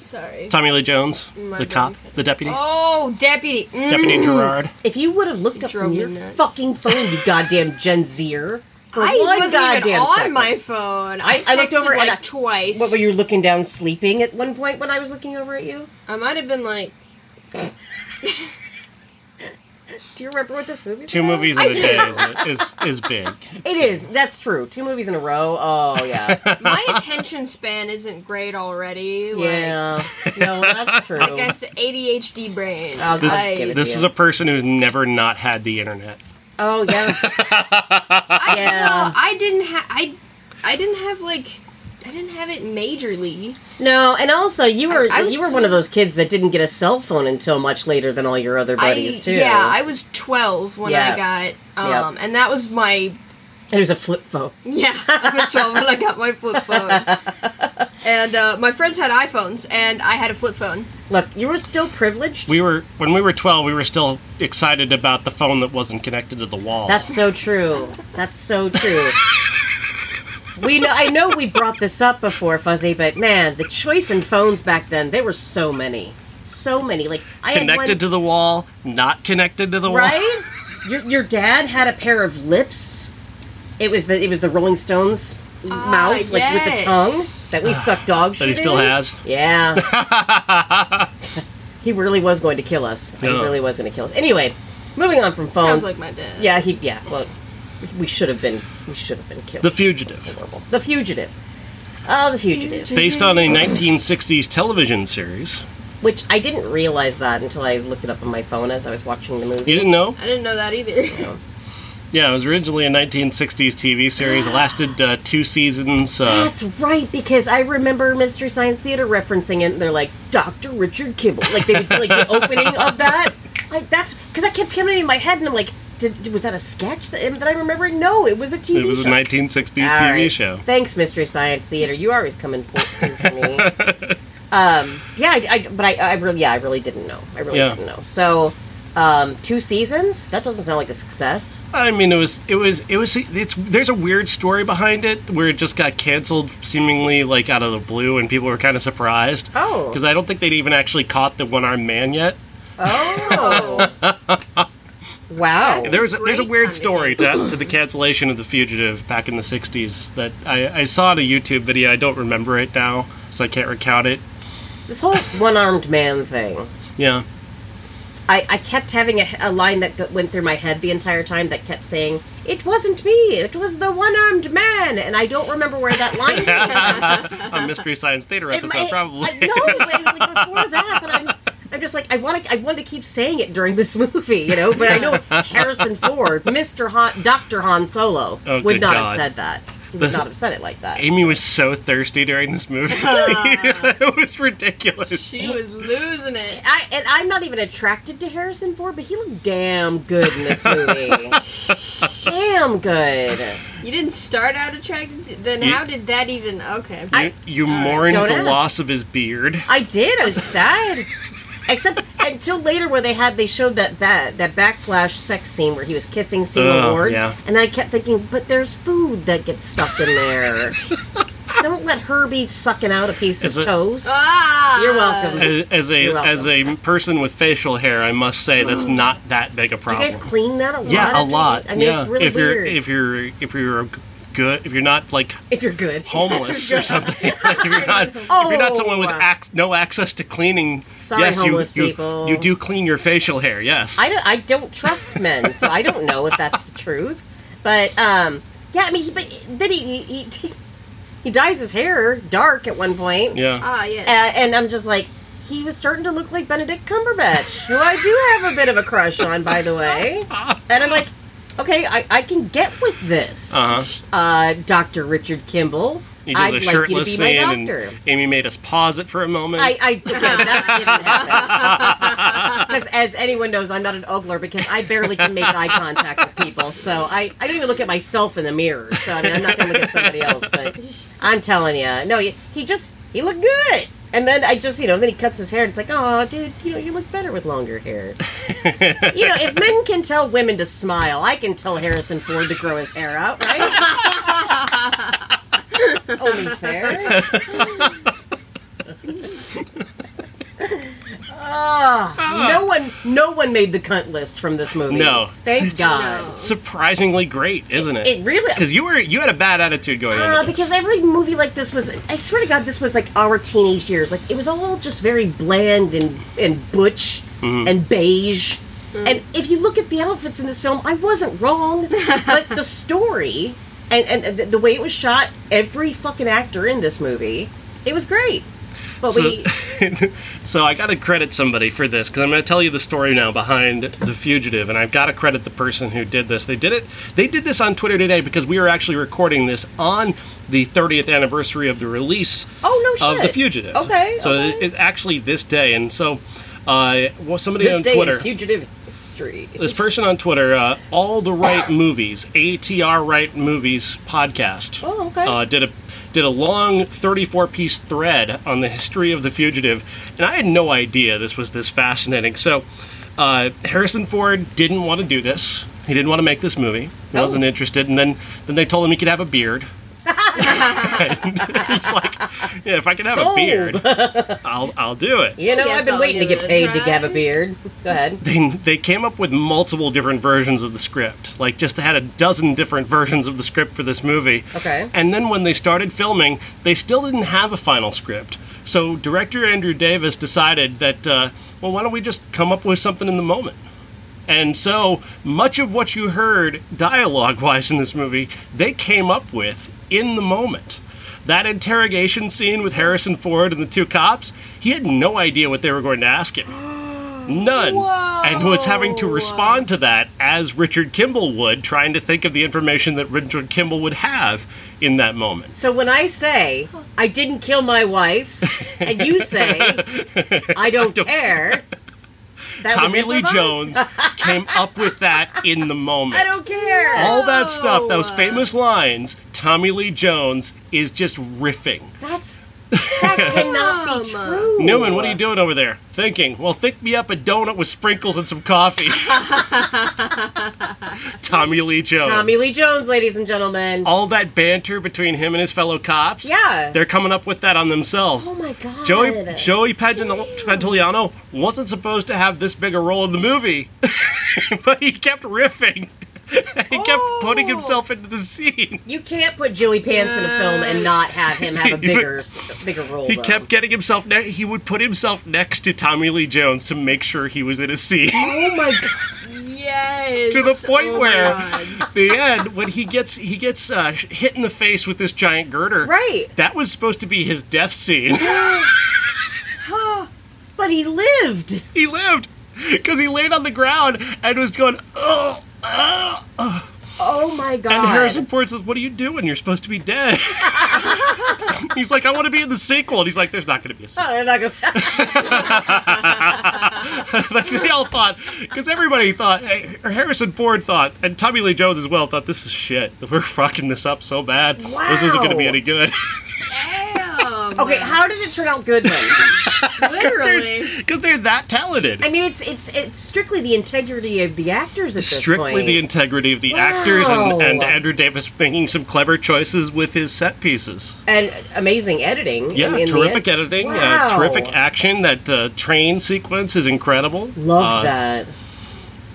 C: sorry.
A: Tommy Lee Jones,
C: My
A: the
C: bad.
A: cop, the deputy,
C: Oh, deputy. Mm.
A: Deputy Gerard.
B: If you would have looked up
C: Drove
B: from
C: me
B: your
C: nuts.
B: fucking phone, you goddamn Gen Zer, for
C: I
B: one
C: wasn't
B: goddamn
C: even on
B: second.
C: my phone. I,
B: I- I looked
C: texted,
B: over and
C: like
B: I-
C: twice.
B: What were you looking down, sleeping at one point when I was looking over at you?
C: I might have been like
B: Do you remember what this movie's
A: Two
B: about?
A: movies in
C: I
A: a
C: do.
A: day is, is, is big.
B: It is. That's true. Two movies in a row. Oh yeah,
C: my attention span isn't great already. Like,
B: yeah. No, that's true.
C: I guess ADHD brain.
B: I'll
A: This,
B: I
C: I,
B: get it.
A: this is a person who's never not had the internet.
B: Oh yeah.
C: I,
B: Yeah.
C: well, I didn't have. I, I didn't have like. I didn't have it majorly.
B: No, and also you were
C: I- I was
B: you were
C: still-
B: one of those kids that didn't get a cell phone until much later than all your other buddies
C: I,
B: too.
C: Yeah, I was 12 when
B: Yeah.
C: I
B: Yeah.
C: got. Um, And that was my
B: it was a flip phone.
C: Yeah, I was 12 when I got my flip phone. And uh, my friends had iPhones, and I had a flip phone.
B: Look, you were still privileged.
A: We were when we were twelve. We were still excited about the phone that wasn't connected to the wall.
B: That's so true. That's so true. we know, I know we brought this up before, Fuzzy, but man, the choice in phones back then, there were so many. so many. Like I
A: connected
B: had one,
A: to the wall, not connected to the wall.
B: right. Your your dad had a pair of lips. It was the it was the Rolling Stones mouth, like with the
C: Ah, yes.
B: tongue that we stuck dog shit.
A: Ah. That he still
B: in.
A: has.
B: Yeah. he really was going to kill us.
A: Yeah.
B: He really was going to kill us. Anyway, moving on from phones.
C: Sounds like my dad.
B: yeah, he. Yeah. Well, we should have been. We should have been killed.
A: The
B: It's
A: Fugitive,
B: horrible. The fugitive. Oh, the fugitive.
A: based on
B: Mm-hmm.
A: a 1960s television series.
B: Which I didn't realize that until I looked it up on my phone as I was watching the movie.
A: You didn't know?
C: I didn't know that either.
A: Yeah, it was originally a 1960s TV series. It lasted uh, two seasons. Uh,
B: That's right, because I remember Mystery Science Theater referencing it, and they're like, Dr. Richard Kibble. Like, they would, like the opening of that. Like, that's because I kept coming in my head, and I'm like, did, did- was that a sketch that, that I'm remembering? No, it was a TV
A: it was a
B: show.
A: 1960s
B: All
A: TV
B: right.
A: show.
B: Thanks, Mystery Science Theater. You are always coming for, through for me. um, yeah, I, I- but I, I really, yeah, I really didn't know. I really
A: Yeah.
B: didn't know. So, um, two seasons? That doesn't sound like a success.
A: I mean, it was, it was, it was. It's there's a weird story behind it where it just got canceled seemingly like out of the blue, and people were kind of surprised.
B: Oh.
A: because I don't think they'd even actually caught the one-armed man yet.
B: Oh. wow.
A: There was a, there's a
C: Great
A: weird
C: timing.
A: story to, to the cancellation of the fugitive back in the '60s that I, I saw in a YouTube video. I don't remember it now, so I can't recount it.
B: This whole one armed man thing.
A: Yeah,
B: I, I kept having a, a line that go- went through my head the entire time that kept saying, It wasn't me, it was the one armed man. And I don't remember where that line came from.
A: a mystery science theater
B: It
A: episode
B: might-
A: probably.
B: I, no, it was like before that, but I'm, I'm just like I want to. I wanted to keep saying it during this movie, you know. But I know Harrison Ford, Mister Han, Doctor Han Solo,
A: Oh,
B: would
A: good
B: not
A: God.
B: have said that. He would not have said it like that.
A: Amy was so thirsty during this movie. it was ridiculous.
C: she was losing it.
B: I, and I'm not even attracted to Harrison Ford, but he looked damn good in this movie. damn good.
C: You didn't start out attracted to. Then
A: You-
C: how did that even. Okay.
A: You, you mourned
B: Uh, Don't
A: the
B: ask.
A: loss of his beard.
B: I did. I was sad. Except until later, where they had they showed that that that backflash sex scene where he was kissing Seymour
A: Oh,
B: Ward,
A: yeah.
B: and I kept thinking, but there's food that gets stuck in there. Don't let her be sucking out a piece
A: Is
B: of
A: it- Oh.
B: toast.
C: ah!
B: You're welcome. Do
A: As, as a
B: You're welcome. Mm.
A: as a person with facial hair, I must say that's not that big a
B: you
A: problem.
B: guys clean that a lot?
A: yeah,
B: I
A: a
B: think?
A: lot.
B: I mean,
A: yeah.
B: it's really
A: if
B: weird.
A: you're if you're if you're good, if you're not like
B: if you're good,
A: homeless or something, like if you're not if you're not someone with
B: Oh.
A: ac- no access to cleaning,
B: Sorry,
A: yes, you-
B: homeless
A: you,
B: people.
A: you do clean your facial hair. Yes,
B: I don't, I don't trust men, so I don't know if that's the truth. But um, yeah, I mean, he, but then he he, he he dyes his hair dark at one point.
A: yeah.
C: Ah, yes.
B: Uh, and I'm just like, he was starting to look like Benedict Cumberbatch, who I do have a bit of a crush on, by the way. And I'm like, okay, I, I can get with this,
A: Uh-huh.
B: uh, Doctor Richard Kimball.
A: He does
B: I'd
A: a
B: like you to
A: shirtless
B: be my
A: scene, and
B: doctor.
A: Amy made us pause it for a moment.
B: I, I okay, that didn't happen. Because as anyone knows, I'm not an ogler because I barely can make eye contact with people. So I, I don't even look at myself in the mirror. So I mean, I'm not going to look at somebody else. But I'm telling you, no, he, he just he looked good. And then I just, you know, then he cuts his hair. and It's like, oh, dude, you know, you look better with longer hair. you know, if men can tell women to smile, I can tell Harrison Ford to grow his hair out, right? It's only fair. Ah, no one, no one made the cunt list from this movie.
A: No.
B: thank
C: No.
B: God.
A: Surprisingly great, isn't it?
B: It really.
A: because you were you had a bad attitude going
B: Uh,
A: into
B: because
A: this.
B: every movie like this was, I swear to God, this was like our teenage years. Like it was all just very bland and and butch
A: Mm-hmm.
B: and beige. And if you look at the outfits in this film, I wasn't wrong. but the story and and the, the way it was shot, every fucking actor in this movie, it was great. But we,
A: so I got to credit somebody for this because I'm going to tell you the story now behind the fugitive, and I've got to credit the person who did this. They did it. They did this on Twitter today because we were actually recording this on the 30th anniversary of the release
B: oh no
A: of
B: shit,
A: the fugitive.
B: Okay,
A: so
B: okay.
A: it- it's actually this day, and so uh, well, somebody
B: this
A: on
B: day in
A: Twitter.
B: fugitive history.
A: this person on Twitter, uh, all the right movies, ATR right movies podcast.
B: Oh, okay.
A: Uh, did a did a long 34 piece thread on the history of the fugitive, and I had no idea this was this fascinating. So, uh, Harrison Ford didn't want to do this. He didn't want to make this movie. He
B: Oh.
A: wasn't interested. And then then they told him he could have a beard. It's like, yeah, if I can have
B: Sold.
A: a beard, I'll I'll do it.
B: You know,
C: Yes,
B: I've been
C: I'll
B: waiting to
C: give
B: get
C: it
B: paid
C: a
B: to
C: try.
B: have a beard. Go ahead.
A: They they came up with multiple different versions of the script. Like just had a dozen different versions of the script for this movie.
B: Okay.
A: And then when they started filming, they still didn't have a final script. So director Andrew Davis decided that uh, well, why don't we just come up with something in the moment? And so much of what you heard dialogue wise in this movie, they came up with in the moment. That interrogation scene with Harrison Ford and the two cops, he had no idea what they were going to ask him. None. And was having to
C: Whoa.
A: respond to that as Richard Kimball would, trying to think of the information that Richard Kimball would have in that moment.
B: So when I say I didn't kill my wife, and you say I don't care, that was
A: Tommy Lee
B: improvised?
A: Jones came up with that in the moment.
B: I don't care.
A: all that
B: Oh.
A: stuff, those
C: No.
A: famous lines, Tommy Lee Jones is just riffing.
B: That's that cannot be
C: Dumb.
B: true.
A: Newman, what are you doing over there? Thinking. Well, think me up a donut with sprinkles and some coffee. Tommy Lee Jones.
B: Tommy Lee Jones, ladies and gentlemen.
A: All that banter between him and his fellow cops.
B: Yeah.
A: They're coming up with that on themselves.
B: oh my god.
A: Joey Joey Pagino- Pantoliano wasn't supposed to have this big a role in the movie, but he kept riffing. he kept putting
C: Oh.
A: himself into the scene.
B: You can't put Joey Pants in a film and not have him have a bigger bigger role.
A: He
B: though.
A: kept getting himself. Ne- he would put himself next to Tommy Lee Jones to make sure he was in a scene.
B: Oh my god.
C: Yes.
A: to the point
C: Oh my
A: where,
C: God.
A: the end when he gets he gets uh, sh- hit in the face with this giant girder.
B: Right.
A: That was supposed to be his death scene.
B: But he lived.
A: he lived because he laid on the ground and was going oh.
B: Oh my god.
A: And Harrison Ford says, "What are you doing? You're supposed to be dead." he's like, "I want to be in the sequel," and he's like, "There's not going to be a sequel."
B: Oh, they're not gonna-
A: like they all thought, because everybody thought, hey, Harrison Ford thought, and Tommy Lee Jones as well thought, "This is shit. We're fucking this up so bad. This isn't going to be
B: Wow.
A: any good."
C: Damn.
B: okay, how did it turn out good then?
C: Literally.
A: Because they're that talented.
B: I mean, it's it's it's strictly the integrity of the actors at this
A: Strictly
B: point.
A: the integrity of the actors and,
B: Wow.
A: and Andrew Davis making some clever choices with his set pieces.
B: and amazing editing.
A: Yeah,
B: in- in the
A: terrific
B: end.
A: editing,
B: Wow.
A: uh, terrific action. That uh, train sequence is incredible.
B: Loved
A: Uh,
B: that.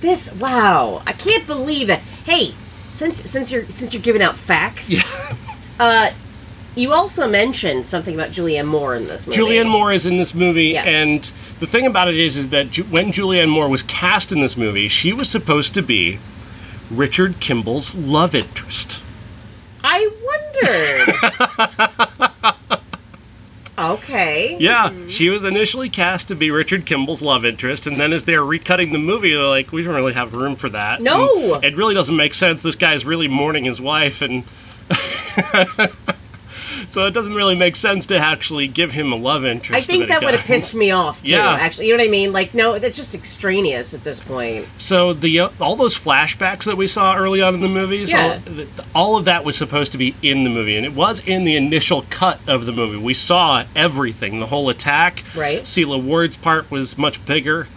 B: This wow, I can't believe that. Hey, since since you're since you're giving out facts, uh, you also mentioned something about Julianne Moore in this movie.
A: Julianne Moore is in this movie,
B: Yes.
A: and the thing about it is, is that Ju- when Julianne Moore was cast in this movie, she was supposed to be Richard Kimball's love interest.
B: I wondered. okay.
A: Yeah,
B: Mm-hmm.
A: she was initially cast to be Richard Kimball's love interest, and then as they're recutting the movie, they're like, "We don't really have room for that."
B: No.
A: And it really doesn't make sense. This guy's really mourning his wife, and so it doesn't really make sense to actually give him a love interest.
B: I think
A: of any
B: that would have
A: kind.
B: pissed me off too.
A: Yeah.
B: Actually, you know what I mean? Like, no, that's just extraneous at this point.
A: So the uh, all those flashbacks that we saw early on in the movies,
B: Yeah.
A: all, th- all of that was supposed to be in the movie, and it was in the initial cut of the movie. We saw everything, the whole attack.
B: Right.
A: Sela Ward's part was much bigger,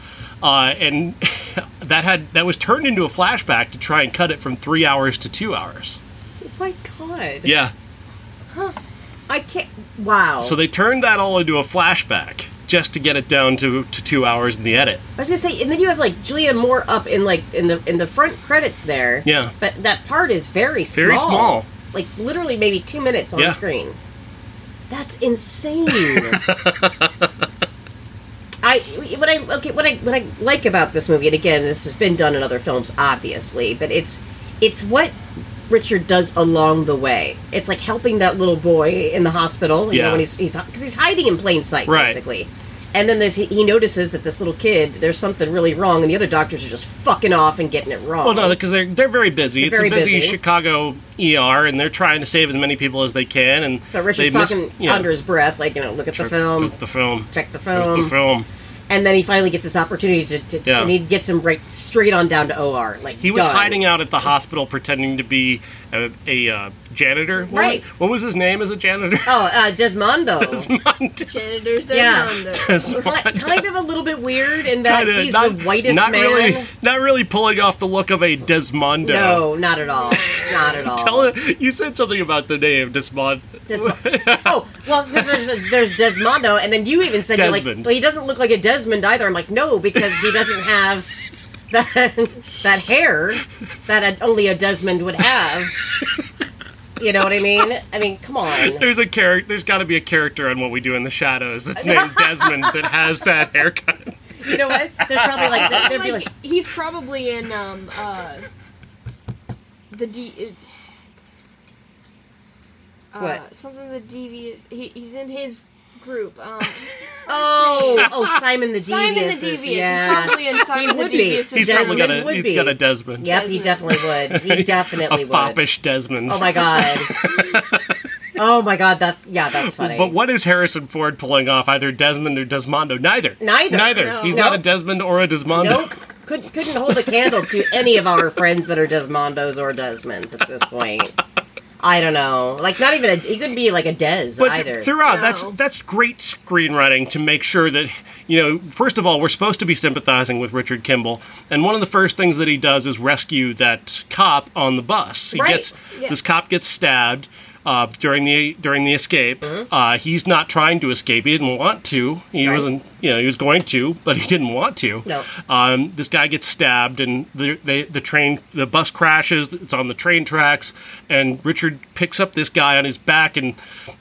A: uh, and that had that was turned into a flashback to try and cut it from three hours to two hours.
B: Oh my god.
A: Yeah.
B: I can't. Wow.
A: So they turned that all into a flashback just to get it down to, to two hours in the edit.
B: I was gonna say, and then you have like Julianne Moore up in like in the in the front credits there.
A: Yeah.
B: But that part is very small.
A: Very small.
B: Like literally maybe two minutes on
A: Yeah.
B: screen. That's insane. I what I okay what I what I like about this movie, and again, this has been done in other films, obviously, but it's it's what Richard does along the way. It's like helping that little boy in the hospital. You
A: Yeah.
B: know, when he's he's because he's hiding in plain sight,
A: Right.
B: basically. And then this, he, he notices that this little kid, there's something really wrong, and the other doctors are just fucking off and getting it wrong.
A: Well, no, because they're they're very busy.
B: They're
A: it's a
B: very
A: busy,
B: busy.
A: Chicago ER, and they're trying to save as many people as they can. And
B: but
A: they
B: Richard's
A: miss-
B: talking
A: yeah,
B: under his breath, like, you know, look at the
A: check
B: film,
A: The film.
B: check the
A: There's
B: film.
A: the film.
B: And then he finally gets this opportunity to, to
A: Yeah.
B: and he gets him right straight on down to OR. Like,
A: He was
B: done.
A: hiding out at the hospital, pretending to be a, a uh, janitor. What
B: Right.
A: Was, what was his name as a janitor?
B: Oh, uh, Desmondo.
A: Desmond.
C: Janitors don't
B: Yeah. Ki-
A: Desmond.
B: kind of a little bit weird in that
A: Kinda
B: he's
A: not-
B: the whitest
A: not
B: man.
A: Really, not really pulling off the look of a Desmondo.
B: No, not at all. Not at all.
A: Tell it. You said something about the name Desmond.
B: Desmond. Oh, well, 'cause there's, there's Desmondo, and then you even said you're like,
A: Desmond.
B: well, he doesn't look like a Desmond either. I'm like, no, because he doesn't have that that hair that a, only a Desmond would have. You know what I mean? I mean, come on.
A: There's a character. There's got to be a character on what we do in the shadows that's named Desmond that has that haircut.
B: You know what? There's probably like, there'd be
C: like
B: like
C: he's probably in um uh the D. It's, uh,
B: What?
C: Something the DV is. He, he's in his group. Um, what's his first
B: oh,
C: name?
B: oh, Simon the Devious.
C: Simon the
B: is-
C: Devious. He's
B: Yeah.
C: probably in Simon
B: would
C: the
B: be.
C: Devious.
A: He's probably got a.
B: Desmond would
A: He's
B: be.
A: got a Desmond.
B: Yep, he
C: Desmond.
B: definitely would. He
A: A
B: definitely would.
A: foppish Desmond.
B: Oh my god. oh my god, that's yeah, that's funny.
A: But what is Harrison Ford pulling off? Either Desmond or Desmondo? Neither.
B: Neither.
A: Neither.
C: No.
A: He's not a
B: Nope.
A: Desmond or a Desmondo.
B: Nope. Couldn't couldn't hold a candle to any of our friends that are Desmondos or Desmonds at this point. I don't know. Like not even a he couldn't be like a Des
A: But
B: either.
A: throughout, that's
C: No.
A: that's great screenwriting to make sure that you know. First of all, we're supposed to be sympathizing with Richard Kimball, and one of the first things that he does is rescue that cop on the bus. He
B: Right.
A: gets
C: Yeah.
A: this cop gets stabbed uh, during the during the escape. Uh, he's not trying to escape. He didn't want to. He
B: Right.
A: wasn't. You know, he was going to, but he didn't want to.
B: No.
A: Um, this guy gets stabbed, and the, they, the train, the bus crashes. It's on the train tracks, and Richard picks up this guy on his back, and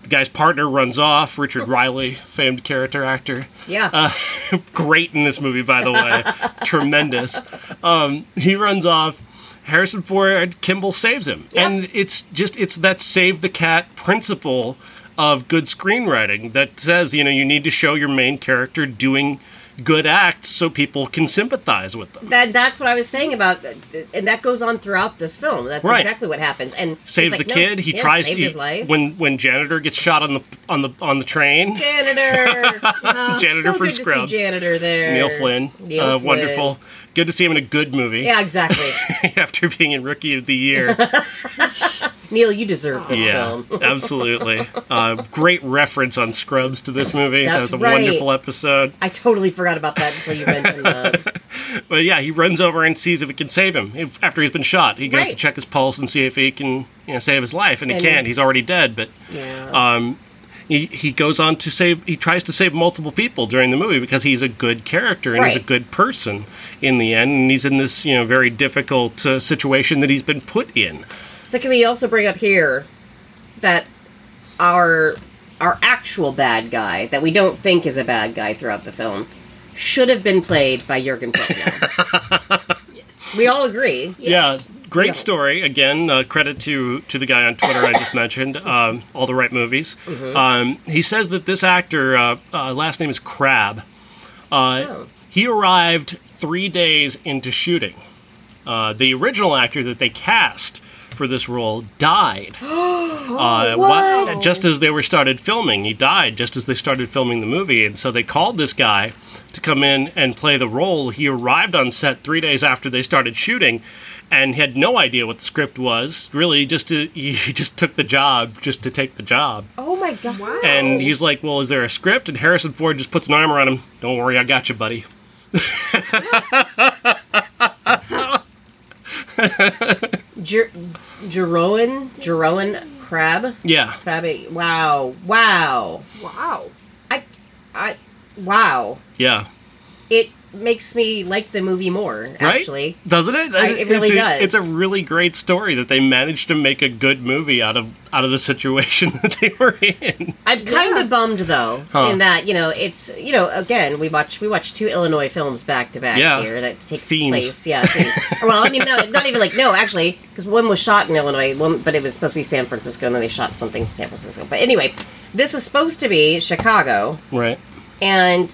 A: the guy's partner runs off. Richard Riley, famed character actor,
B: yeah.
A: uh, great in this movie, by the way, tremendous. Um, he runs off. Harrison Ford, Kimball saves him,
B: Yep.
A: and it's just it's that save the cat principle of good screenwriting that says you know you need to show your main character doing good acts so people can sympathize with them.
B: that that's what I was saying about and that goes on throughout this film. That's
A: Right.
B: exactly what happens. And he's
A: Saves
B: like,
A: the
B: no,
A: kid. He
B: yeah,
A: tries
B: saved
A: he-
B: his life.
A: when when janitor gets shot on the on the on the train.
B: janitor.
A: janitor
B: Oh, so
A: from
B: good
A: Scrubs.
B: To see janitor there.
A: Neil Flynn,
B: Neil
A: uh,
B: Flynn.
A: wonderful. Good to see him in a good movie
B: Yeah, exactly.
A: after being in Rookie of the Year.
B: Neil, you deserve this
A: Yeah,
B: film.
A: absolutely. Uh, great reference on Scrubs to this movie.
B: That's
A: that was a
B: right.
A: wonderful episode.
B: I totally forgot about that until you mentioned that.
A: But yeah, he runs over and sees if it can save him if, after he's been shot. He goes to
B: Right.
A: check his pulse and see if he can you know, save his life, and he
B: And-
A: can't. He's already dead, but
B: Yeah.
A: he, he goes on to save he tries to save multiple people during the movie because he's a good character and he's a
B: Right.
A: good person in the end and he's in this you know very difficult uh, situation that he's been put in
B: so can we also bring up here that our our actual bad guy that we don't think is a bad guy throughout the film should have been played by Jurgen Prochnow.
C: Yes.
B: we all agree.
C: Yes.
A: yeah great
B: Yeah.
A: story again uh, credit to to the guy on twitter i just mentioned um, all the right movies
B: Mm-hmm.
A: um, he says that this actor uh, uh, last name is crab uh,
B: Oh.
A: he arrived three days into shooting uh, the original actor that they cast for this role died uh, wha-
B: What?
A: just as they were started filming. He died just as they started filming the movie, and so they called this guy to come in and play the role. He arrived on set three days after they started shooting, and had no idea what the script was. Really, just to, he just took the job just to take the job.
B: Oh my god. Wow.
A: And he's like, "Well, is there a script?" And Harrison Ford just puts an arm around him. Don't worry, I got you, buddy.
B: Jer- Jeroen Jeroen Crab
A: Yeah,
B: Crabby. Wow. Wow.
C: Wow.
B: I I wow.
A: yeah.
B: It makes me like the movie more
A: Right?
B: actually.
A: Doesn't it?
B: I- it really
A: it's a,
B: does.
A: It's a really great story that they managed to make a good movie out of out of the situation that they were in.
B: I'm kind of bummed though
A: Huh.
B: in that you know it's you know again we watch we watch two Illinois films back to back
A: Yeah.
B: here that take
A: Themes.
B: place yeah themes. well I mean no not even like no actually because one was shot in Illinois one but it was supposed to be San Francisco and then they shot something in San Francisco but anyway this was supposed to be Chicago
A: Right.
B: and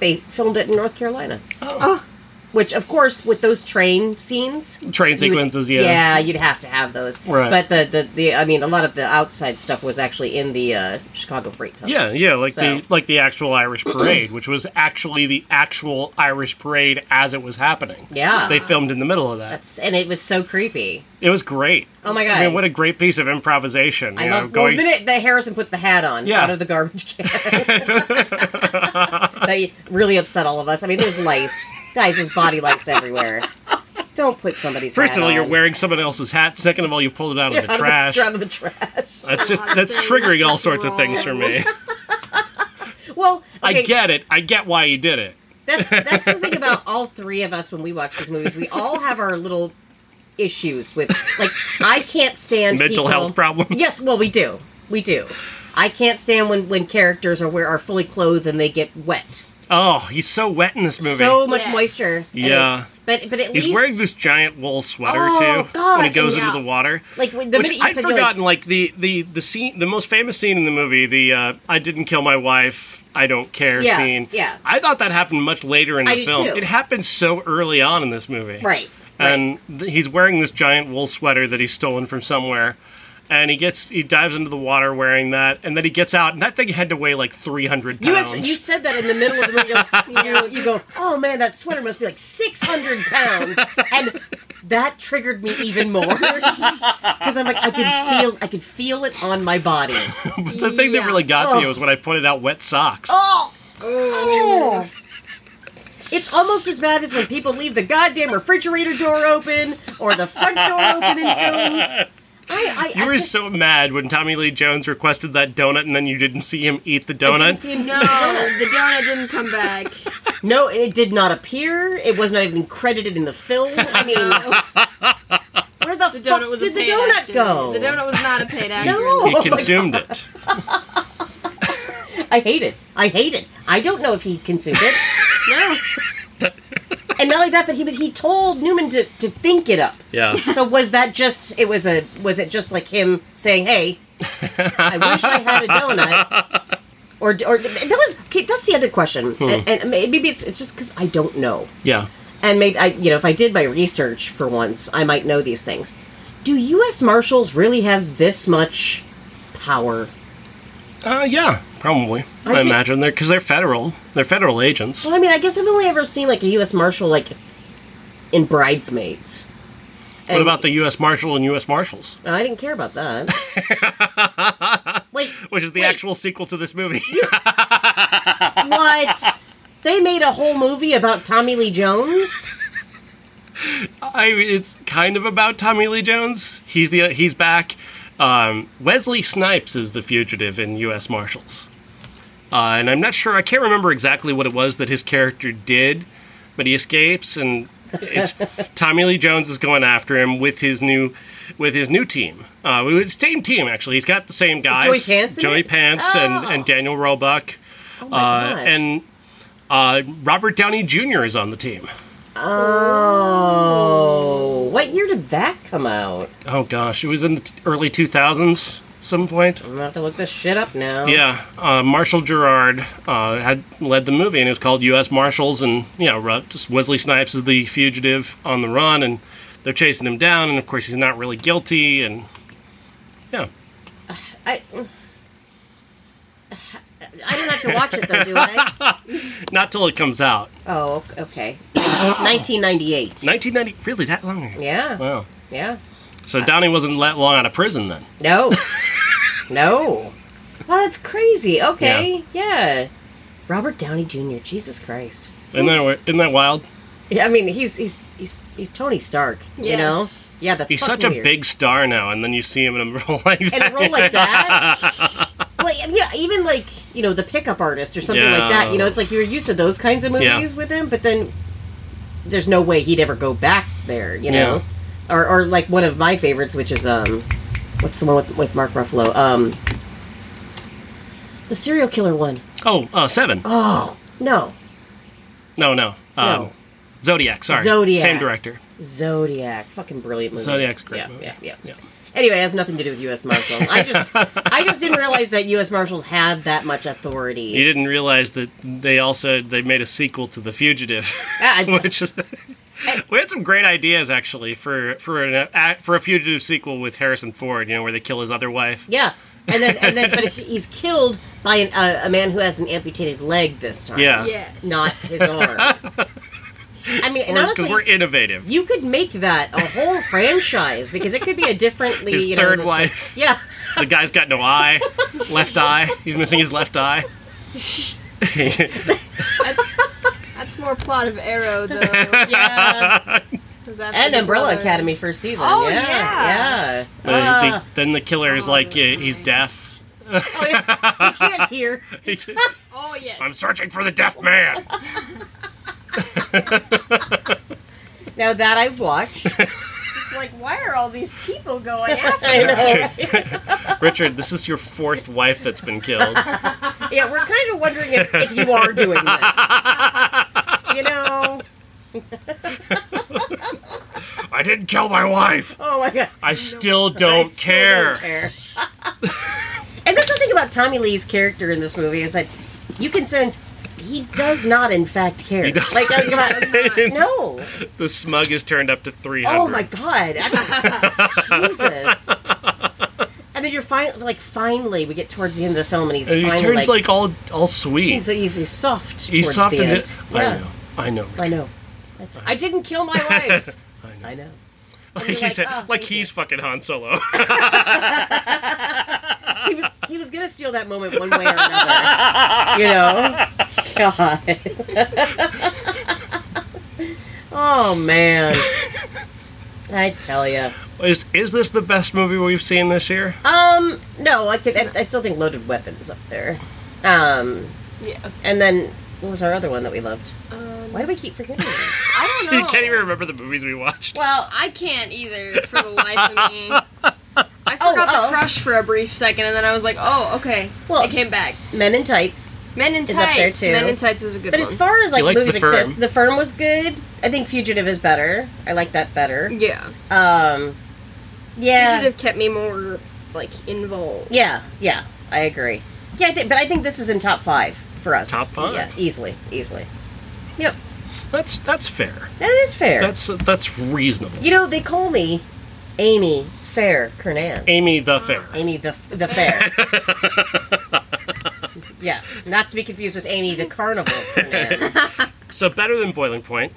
B: they filmed it in North Carolina
C: Oh.
B: Which, of course, with those train scenes,
A: Train
B: you would-
A: sequences, yeah.
B: yeah, you'd have to have those.
A: Right.
B: But the, the the I mean, a lot of the outside stuff was actually in the uh, Chicago freight tunnels.
A: Yeah, yeah, like
B: So-
A: the like the actual Irish parade, which was actually the actual Irish parade as it was happening.
B: yeah.
A: They filmed in the middle of that.
B: That's and it was so creepy.
A: it was great.
B: Oh my
A: I
B: god!
A: mean, what a great piece of improvisation.
B: I
A: you know,
B: love
A: going
B: well, the minute that Harrison puts the hat on
A: Yeah.
B: out of the garbage can. that really upset all of us. I mean, there's lice, guys. There's body lice everywhere. Don't put somebody's
A: First
B: hat
A: of all,
B: on.
A: you're wearing someone else's hat. Second of all, you pulled it out of the
B: um, Out of
A: trash.
B: out of the trash.
A: That's just
C: God,
A: that's
C: things
A: triggering all
C: just
A: sorts of things for me.
B: Well,
A: I
B: okay,
A: get it. I get why you did it.
B: that's that's the thing about all three of us when we watch these movies. We all have our little issues with like I can't stand
A: Mental
B: people-
A: health problems.
B: Yes, well we do. We do. I can't stand when when characters are wear are fully clothed and they get wet.
A: Oh, he's so wet in this movie.
B: So much
C: Yes.
B: moisture. And
A: Yeah.
B: it- but but at
A: he's
B: least
A: wearing this giant wool sweater
B: Oh,
A: too
B: God,
A: when he goes
C: yeah.
A: into the water.
B: like when- the
A: Which
B: minute you
A: I'd
B: said you're
A: forgotten,
B: like,
A: like, the, the the scene, the most famous scene in the movie, the uh, "I didn't kill my wife, I don't care"
B: Yeah,
A: scene.
B: yeah.
A: I thought that happened much later in the
B: I did,
A: film.
B: too.
A: It happened so early on in this movie,
B: right. right.
A: And th- he's wearing this giant wool sweater that he's stolen from somewhere, and he gets he dives into the water wearing that, and then he gets out, and that thing had to weigh like three hundred
B: you, actually,
A: pounds.
B: you said that in the middle of the movie. You're like, you, know, you go, oh man, that sweater must be like 600 pounds. And that triggered me even more. Because I'm like, I could feel I could feel it on my body.
A: but the thing that
C: Yeah.
A: really got me
B: Oh.
A: was when I pointed out wet socks.
B: Oh!
C: Oh.
B: It's almost as bad as when people leave the goddamn refrigerator door open or the front door open in films. I, I,
A: You
B: I
A: were
B: just,
A: so mad when Tommy Lee Jones requested that donut and then you didn't see him eat the
B: I didn't
A: donut.
B: see him do
C: No,
B: that.
C: the donut didn't come back.
B: No, and it did not appear. It was not even credited in the film. I mean,
C: No,
B: where the,
C: the
B: fuck
C: donut was a
B: did the
C: paid
B: donut
C: actor.
B: go?
C: The donut was not a paid actor.
B: No.
A: He
B: Oh my
A: consumed it.
B: I hate it. I hate it. I don't know if he consumed it.
C: No.
B: and not only that, but he but he told Newman to, to think it up.
A: Yeah.
B: So was that just it was a was it just like him saying, "Hey, I wish I had a donut." Or, or that was okay, that's the other question, and, and maybe it's it's just because I don't know,
A: Yeah.
B: and maybe I you know if I did my research for once, I might know these things. Do U.S. Marshals really have this much power?
A: Uh, yeah, probably.
B: I
A: I,
B: did-
A: imagine they're because they're federal. They're federal agents.
B: Well, I mean, I guess I've only ever seen like a U.S. Marshal like in Bridesmaids.
A: What about the U.S. Marshal and U.S. Marshals,
B: I didn't care about that. like
A: which is the
B: Wait.
A: actual sequel to this movie?
B: what? They made a whole movie about Tommy Lee Jones.
A: I mean, it's kind of about Tommy Lee Jones. He's the he's back. Um, Wesley Snipes is the fugitive in U.S. Marshals, uh, and I'm not sure. I can't remember exactly what it was that his character did, but he escapes, and it's Tommy Lee Jones is going after him with his new with his new team. Uh, with his same team actually. He's got the same guys.
B: Joey Pants in
A: Joey
B: it?
A: Pants and,
B: Oh.
A: and Daniel Roebuck,
B: Oh
A: uh,
B: my gosh.
A: and uh, Robert Downey Jr. is on the team.
B: oh, what year did that come out?
A: Oh gosh, it was in the t- early 2000s, some point.
B: I'm gonna have to look this shit up now.
A: Yeah, uh, Marshall Gerard uh, had led the movie, and it was called U.S. Marshals, and you know, Ru- just Wesley Snipes is the fugitive on the run, and they're chasing him down, and of course he's not really guilty, and yeah,
B: I. I don't have to watch it though, do I?
A: not till it comes out.
B: Oh, okay. 1998.
A: 1990, really that long? ago?
B: Yeah,
A: Wow.
B: yeah.
A: So Downey wasn't that long out of prison then.
B: No. no. Well, that's crazy. Okay. Yeah. Robert Downey Jr. Jesus Christ.
A: Isn't that, wi- isn't that wild?
B: Yeah, I mean, he's he's he's he's Tony Stark, you know?
C: Yes.
B: Yeah, that's
A: He's
B: fucking
A: such a
B: weird.
A: big star now, and then you see him in a role like
B: in
A: that.
B: a role like that. like yeah, even like, you know, the pickup artist or something like that. You know,
A: Yeah.
B: it's like you're used to those kinds of movies with him, but then there's no way he'd ever go back there, you know? Or or like one of my favorites, which is um what's the one with, with Mark Ruffalo? Um the serial killer one.
A: Oh, uh, seven.
B: Oh no,
A: No, no. Um,
B: No.
A: Zodiac, sorry.
B: Zodiac.
A: Same director.
B: Zodiac, fucking brilliant movie.
A: Zodiac's a great
B: yeah,
A: movie.
B: Yeah, yeah,
A: Yeah.
B: Anyway, it has nothing to do with U.S. Marshals. I just, I just didn't realize that U.S. Marshals had that much
A: You
B: authority.
A: didn't realize that they also they made a sequel to The Fugitive,
B: Ah, I-
A: which is. We had some great ideas actually for for an a- for a fugitive sequel with Harrison Ford, you know, where they kill his other wife.
B: yeah, and then, and then, but it's, he's killed by an, uh, a man who has an amputated leg this time.
A: Yeah.
C: Yes.
B: not his arm. I mean, and
A: Because
B: honestly,
A: we're, innovative.
B: you could make that a whole franchise because it could be a differently
A: His
B: you know,
A: third
B: let's
A: wife.
B: say- yeah.
A: The guy's got no eye, left eye. He's missing his left eye.
C: That's, that's more plot of Arrow though.
B: Yeah. And Umbrella Academy first season.
C: Oh,
B: yeah.
C: yeah.
B: Yeah.
A: The- the-
B: Ah.
A: then the killer is
C: Oh,
A: like, yeah,
C: that's
A: he's
C: right.
A: deaf.
B: Oh, yeah. You can't hear.
C: Oh yes.
A: I'm searching for the deaf man.
B: Now that I've watched.
C: It's like why are all these people going
B: I
C: after?
B: know.
A: Richard, Richard, this is your fourth wife that's been killed.
B: Yeah, we're kind of wondering if, if you are doing this. You know?
A: I didn't kill my wife.
B: Oh my god.
A: I still don't
B: I still
A: care.
B: don't care. and that's the thing about Tommy Lee's character in this movie is that you can sense he does not, in fact, care.
A: He does
B: Like, like,
A: not.
B: no.
A: The smug is turned up to 300.
B: Oh my god. Jesus. And then you're finally, like, finally, we get towards the end of the film, and he's
A: And he
B: finally
A: turns like all all sweet.
B: he's, he's, he's soft.
A: He's
B: towards
A: soft
B: the
A: and
B: end.
A: hit-
B: Yeah.
A: I know.
B: I know. I didn't kill my wife.
A: I know.
B: I know.
A: Like,
B: you're
A: he's,
B: like, "Oh,
A: like
B: thank
A: he's fucking Han Solo.
B: He was he was gonna steal that moment one way or another. You know? God. oh man. I tell you.
A: is is this the best movie we've seen this year?
B: Um, no, I could. I, I still think loaded weapons up there. Um,
C: Yeah.
B: and then what was our other one that we loved?
C: Um,
B: Why do we keep forgetting this?
C: I don't know.
A: You
B: Oh.
A: can't even remember the movies we watched.
B: Well,
C: I can't either for the life of me. I
B: Oh,
C: forgot
B: oh.
C: the crush for a brief second, and then I was like, "Oh, okay."
B: Well-
C: it came back.
B: Men in Tights.
C: Men in
B: Is up there,
C: Tights.
B: too.
C: Men in Tights was a good
B: But
C: one.
B: as far as like
A: liked
B: movies
A: The
B: like this,
A: Firm.
B: The Firm was good. I think Fugitive is better. I like that better.
C: yeah.
B: Um, yeah.
C: Fugitive kept me more like involved.
B: Yeah, yeah, I agree. Yeah, I thi- but I think this is in top five for us.
A: Top five?
B: yeah, easily, easily. Yep,
A: That's that's fair.
B: that is fair.
A: That's that's reasonable.
B: you know, they call me Amy Fair Kernan.
A: Amy the Fair.
B: Amy the the Fair. yeah, not to be confused with Amy the Carnival Kernan.
A: So better than Boiling Point.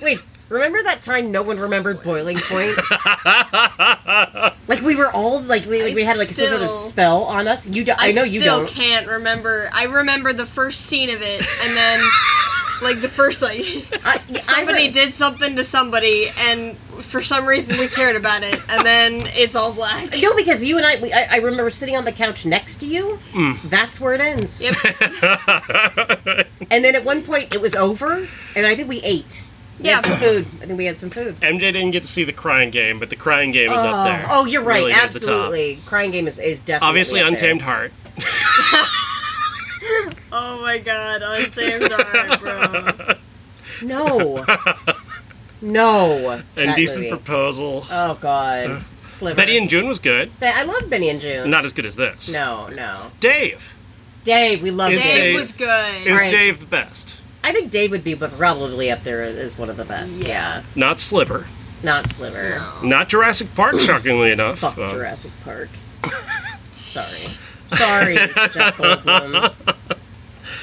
B: Wait, remember that time no one remembered Boiling Point? like we were all like we like, we had like a sort
C: still-
B: of spell on us. You, do, I, know you
C: still
B: don't.
C: can't remember. I remember the first scene of it, and then like the first like
B: I, yeah, I
C: somebody
B: re-
C: did something to somebody, and for some reason we cared about it, and then it's all black.
B: No, because you and I, we, I, I remember sitting on the couch next to you.
A: Mm.
B: That's where it ends.
C: Yep.
B: And then at one point, it was over, and I think we ate. We had some
C: Yeah.
B: food. I think we had some food.
A: MJ didn't get to see the crying game, but the crying game is up there.
B: Oh, you're right.
A: Really near the top.
B: Absolutely, Crying Game is is definitely
A: Obviously,
B: up there.
A: Untamed Heart.
C: Oh my god, untamed art, bro.
B: No, no.
A: And
B: that
A: Decent
B: movie.
A: Proposal.
B: oh God, Sliver.
A: Betty and June was good.
B: Ba- I love Benny and June.
A: Not as good as this.
B: No, no.
A: Dave.
B: Dave, we love
A: It's
B: Dave.
C: Dave,
A: Dave.
C: was good.
A: Is
B: Right.
A: Dave the best?
B: I think Dave would be, but probably up there is one of the best. Yeah,
C: Yeah.
A: Not Sliver.
B: not Sliver.
A: Not Jurassic Park, shockingly enough.
B: Fuck
A: Uh,
B: Jurassic Park. Sorry. Sorry, Jeff Goldblum.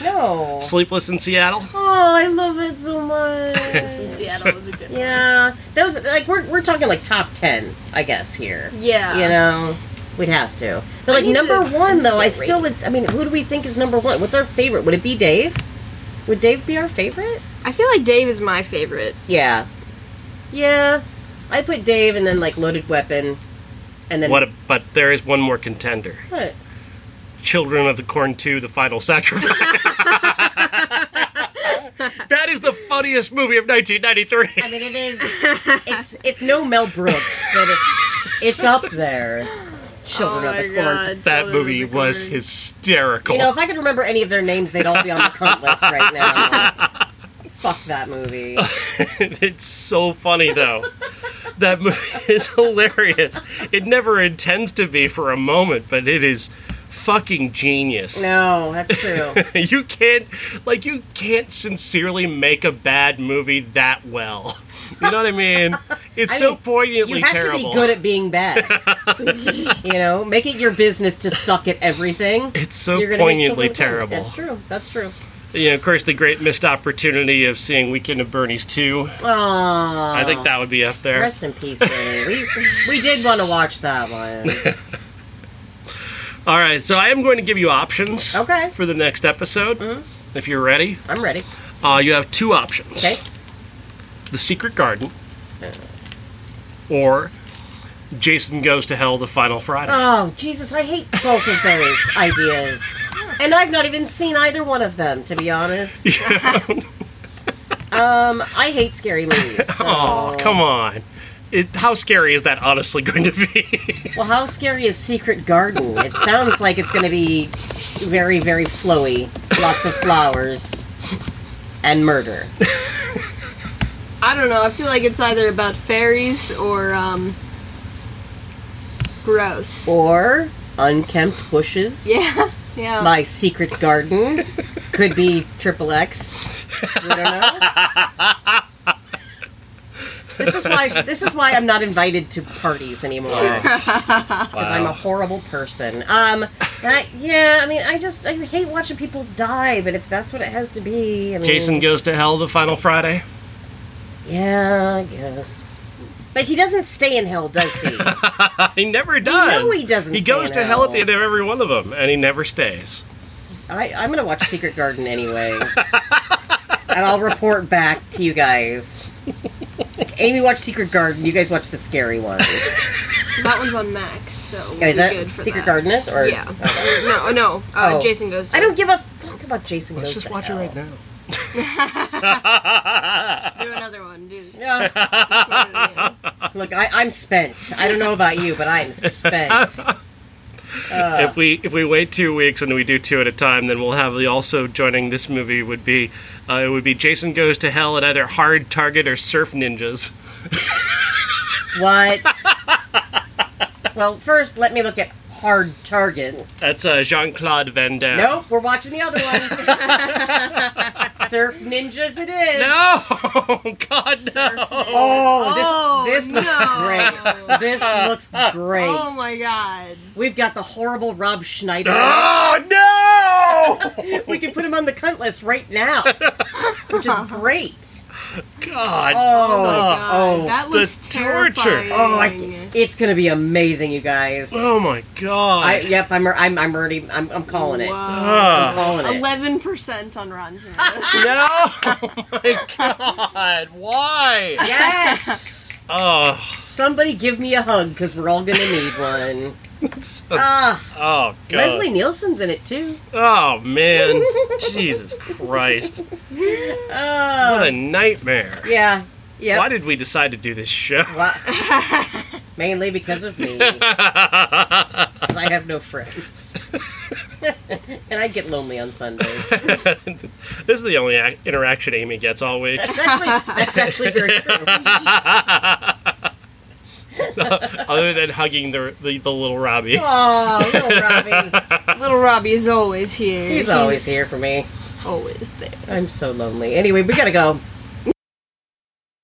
B: No.
A: Sleepless in Seattle.
B: Oh, I love it so
C: In
B: much.
C: Seattle was a good one.
B: yeah. Those like we're we're talking like top ten, I guess, here.
C: Yeah.
B: You know? We'd have to. But
C: I
B: like
C: need
B: number
C: to-
B: one though, I
C: Get
B: still would I mean, who do we think is number one? What's our favorite? Would it be Dave? Would Dave be our favorite?
C: I feel like Dave is my favorite.
B: Yeah. Yeah. I put Dave and then like loaded weapon and then
A: What? A, but there is one more contender.
B: what?
A: Children of the Corn 2, The Final Sacrifice. that is the funniest movie of 1993.
B: I mean, it is. It's it's no Mel Brooks, but it's it's up there. Children
C: Oh
B: of the
C: my
B: Corn.
C: God,
A: That
C: Children of
A: movie
C: the
A: was
C: Corn.
A: hysterical.
B: You know, if I could remember any of their names, they'd all be on the cunt list right now. Fuck that movie.
A: it's so funny though. that movie is hilarious. It never intends to be for a moment, but it is fucking genius.
B: No, that's true.
A: You can't like you can't sincerely make a bad movie that well. You know what I mean? It's
B: I
A: so
B: mean,
A: poignantly
B: You have
A: terrible.
B: to be good at being bad. you know, make it your business to suck at everything.
A: it's so
B: You're gonna make
A: poignantly
B: children
A: terrible.
B: That's true. That's true.
A: Yeah, of course, the great missed opportunity of seeing Weekend at Bernie's 2.
B: Aww.
A: I think that would be up there.
B: Oh. Rest in peace, Bernie. we we did want to watch that one.
A: All right, so I am going to give you options
B: Okay. Mm-hmm.
A: for the next episode. If you're ready,
B: I'm ready.
A: uh, you have two options
B: Okay.
A: The Secret Garden or Jason Goes to Hell the Final Friday.
B: Oh Jesus, I hate both of those ideas, and I've not even seen either one of them to be honest. um, I hate scary movies. So.
A: oh, come on. It, how scary is that honestly going to be?
B: Well, how scary is Secret Garden? It sounds like it's going to be very, very flowy. Lots of flowers and murder.
C: I don't know. I feel like it's either about fairies or um, gross.
B: Or unkempt bushes.
C: yeah, yeah.
B: My Secret Garden could be Triple X. We don't know. This is why this is why I'm not invited to parties anymore. because I'm a horrible person. Um, I, yeah, I mean, I just I hate watching people die, but if that's what it has to be, I mean,
A: Jason Goes to Hell the Final Friday?
B: Yeah, I guess. But he doesn't stay in hell, does he?
A: He never does.
B: know he doesn't
A: He
B: stay
A: goes
B: in
A: to hell at
B: hell.
A: the end of every one of them, and he never stays.
B: I, I'm gonna watch Secret Garden anyway, and I'll report back to you guys. It's like, Amy watched Secret Garden. You guys watch the scary one.
C: that one's on Max, so we'll
B: Is
C: be
B: that
C: good for
B: Secret
C: that.
B: Garden is or
C: Yeah. no, no. Uh,
B: Oh.
C: Jason goes. To
B: I don't give a fuck about Jason.
A: Let's
B: Goes
A: just
B: to
A: watch
B: Hell.
A: it right now.
C: do another one. Do.
B: Yeah. Look, I, I'm spent. I don't know about you, but I'm spent. Uh.
A: if we if we wait two weeks and we do two at a time, then we'll have the also joining this movie would be uh, it would be Jason goes to hell at either Hard Target or Surf Ninjas.
B: What? Well, first, let me look at Hard Target.
A: That's uh, Jean Claude Van Damme.
B: Nope, we're watching the other one. Surf Ninjas it is.
A: no, God no.
B: Oh, this this looks
C: no.
B: great. This looks great.
C: Oh my god.
B: We've got the horrible Rob Schneider.
A: Ah! Oh no!
B: We can put him on the cunt list right now, which is great.
A: God.
B: Oh,
C: God,
B: oh,
C: that looks
A: the torture.
C: terrifying.
B: oh! I can't- it's gonna be amazing, you guys.
A: Oh my God.
B: I, yep, I'm, I'm, I'm already, I'm, I'm calling it. Oh,
C: Wow.
A: Ah.
B: I'm calling it.
C: Eleven percent on Rotten Tomatoes.
A: no! Oh my God! Why?
B: Yes.
A: Oh,
B: Somebody give me a hug because we're all gonna need one.
A: so-
B: Ah,
A: oh God!
B: Leslie Nielsen's in it too.
A: Oh man! Jesus Christ!
B: Ah,
A: What a nightmare!
B: yeah, yeah.
A: Why did we decide to do this show?
B: Wha- Mainly because of me. Because I have no friends. and I get lonely on Sundays. That's
A: This is the only ac- interaction Amy gets all week.
B: actually, that's actually very true.
A: Other than hugging the, the, the little Robbie.
B: Oh, little Robbie.
C: Little Robbie is always here.
B: He's always here for me.
C: Always there.
B: I'm so lonely. Anyway, we gotta go.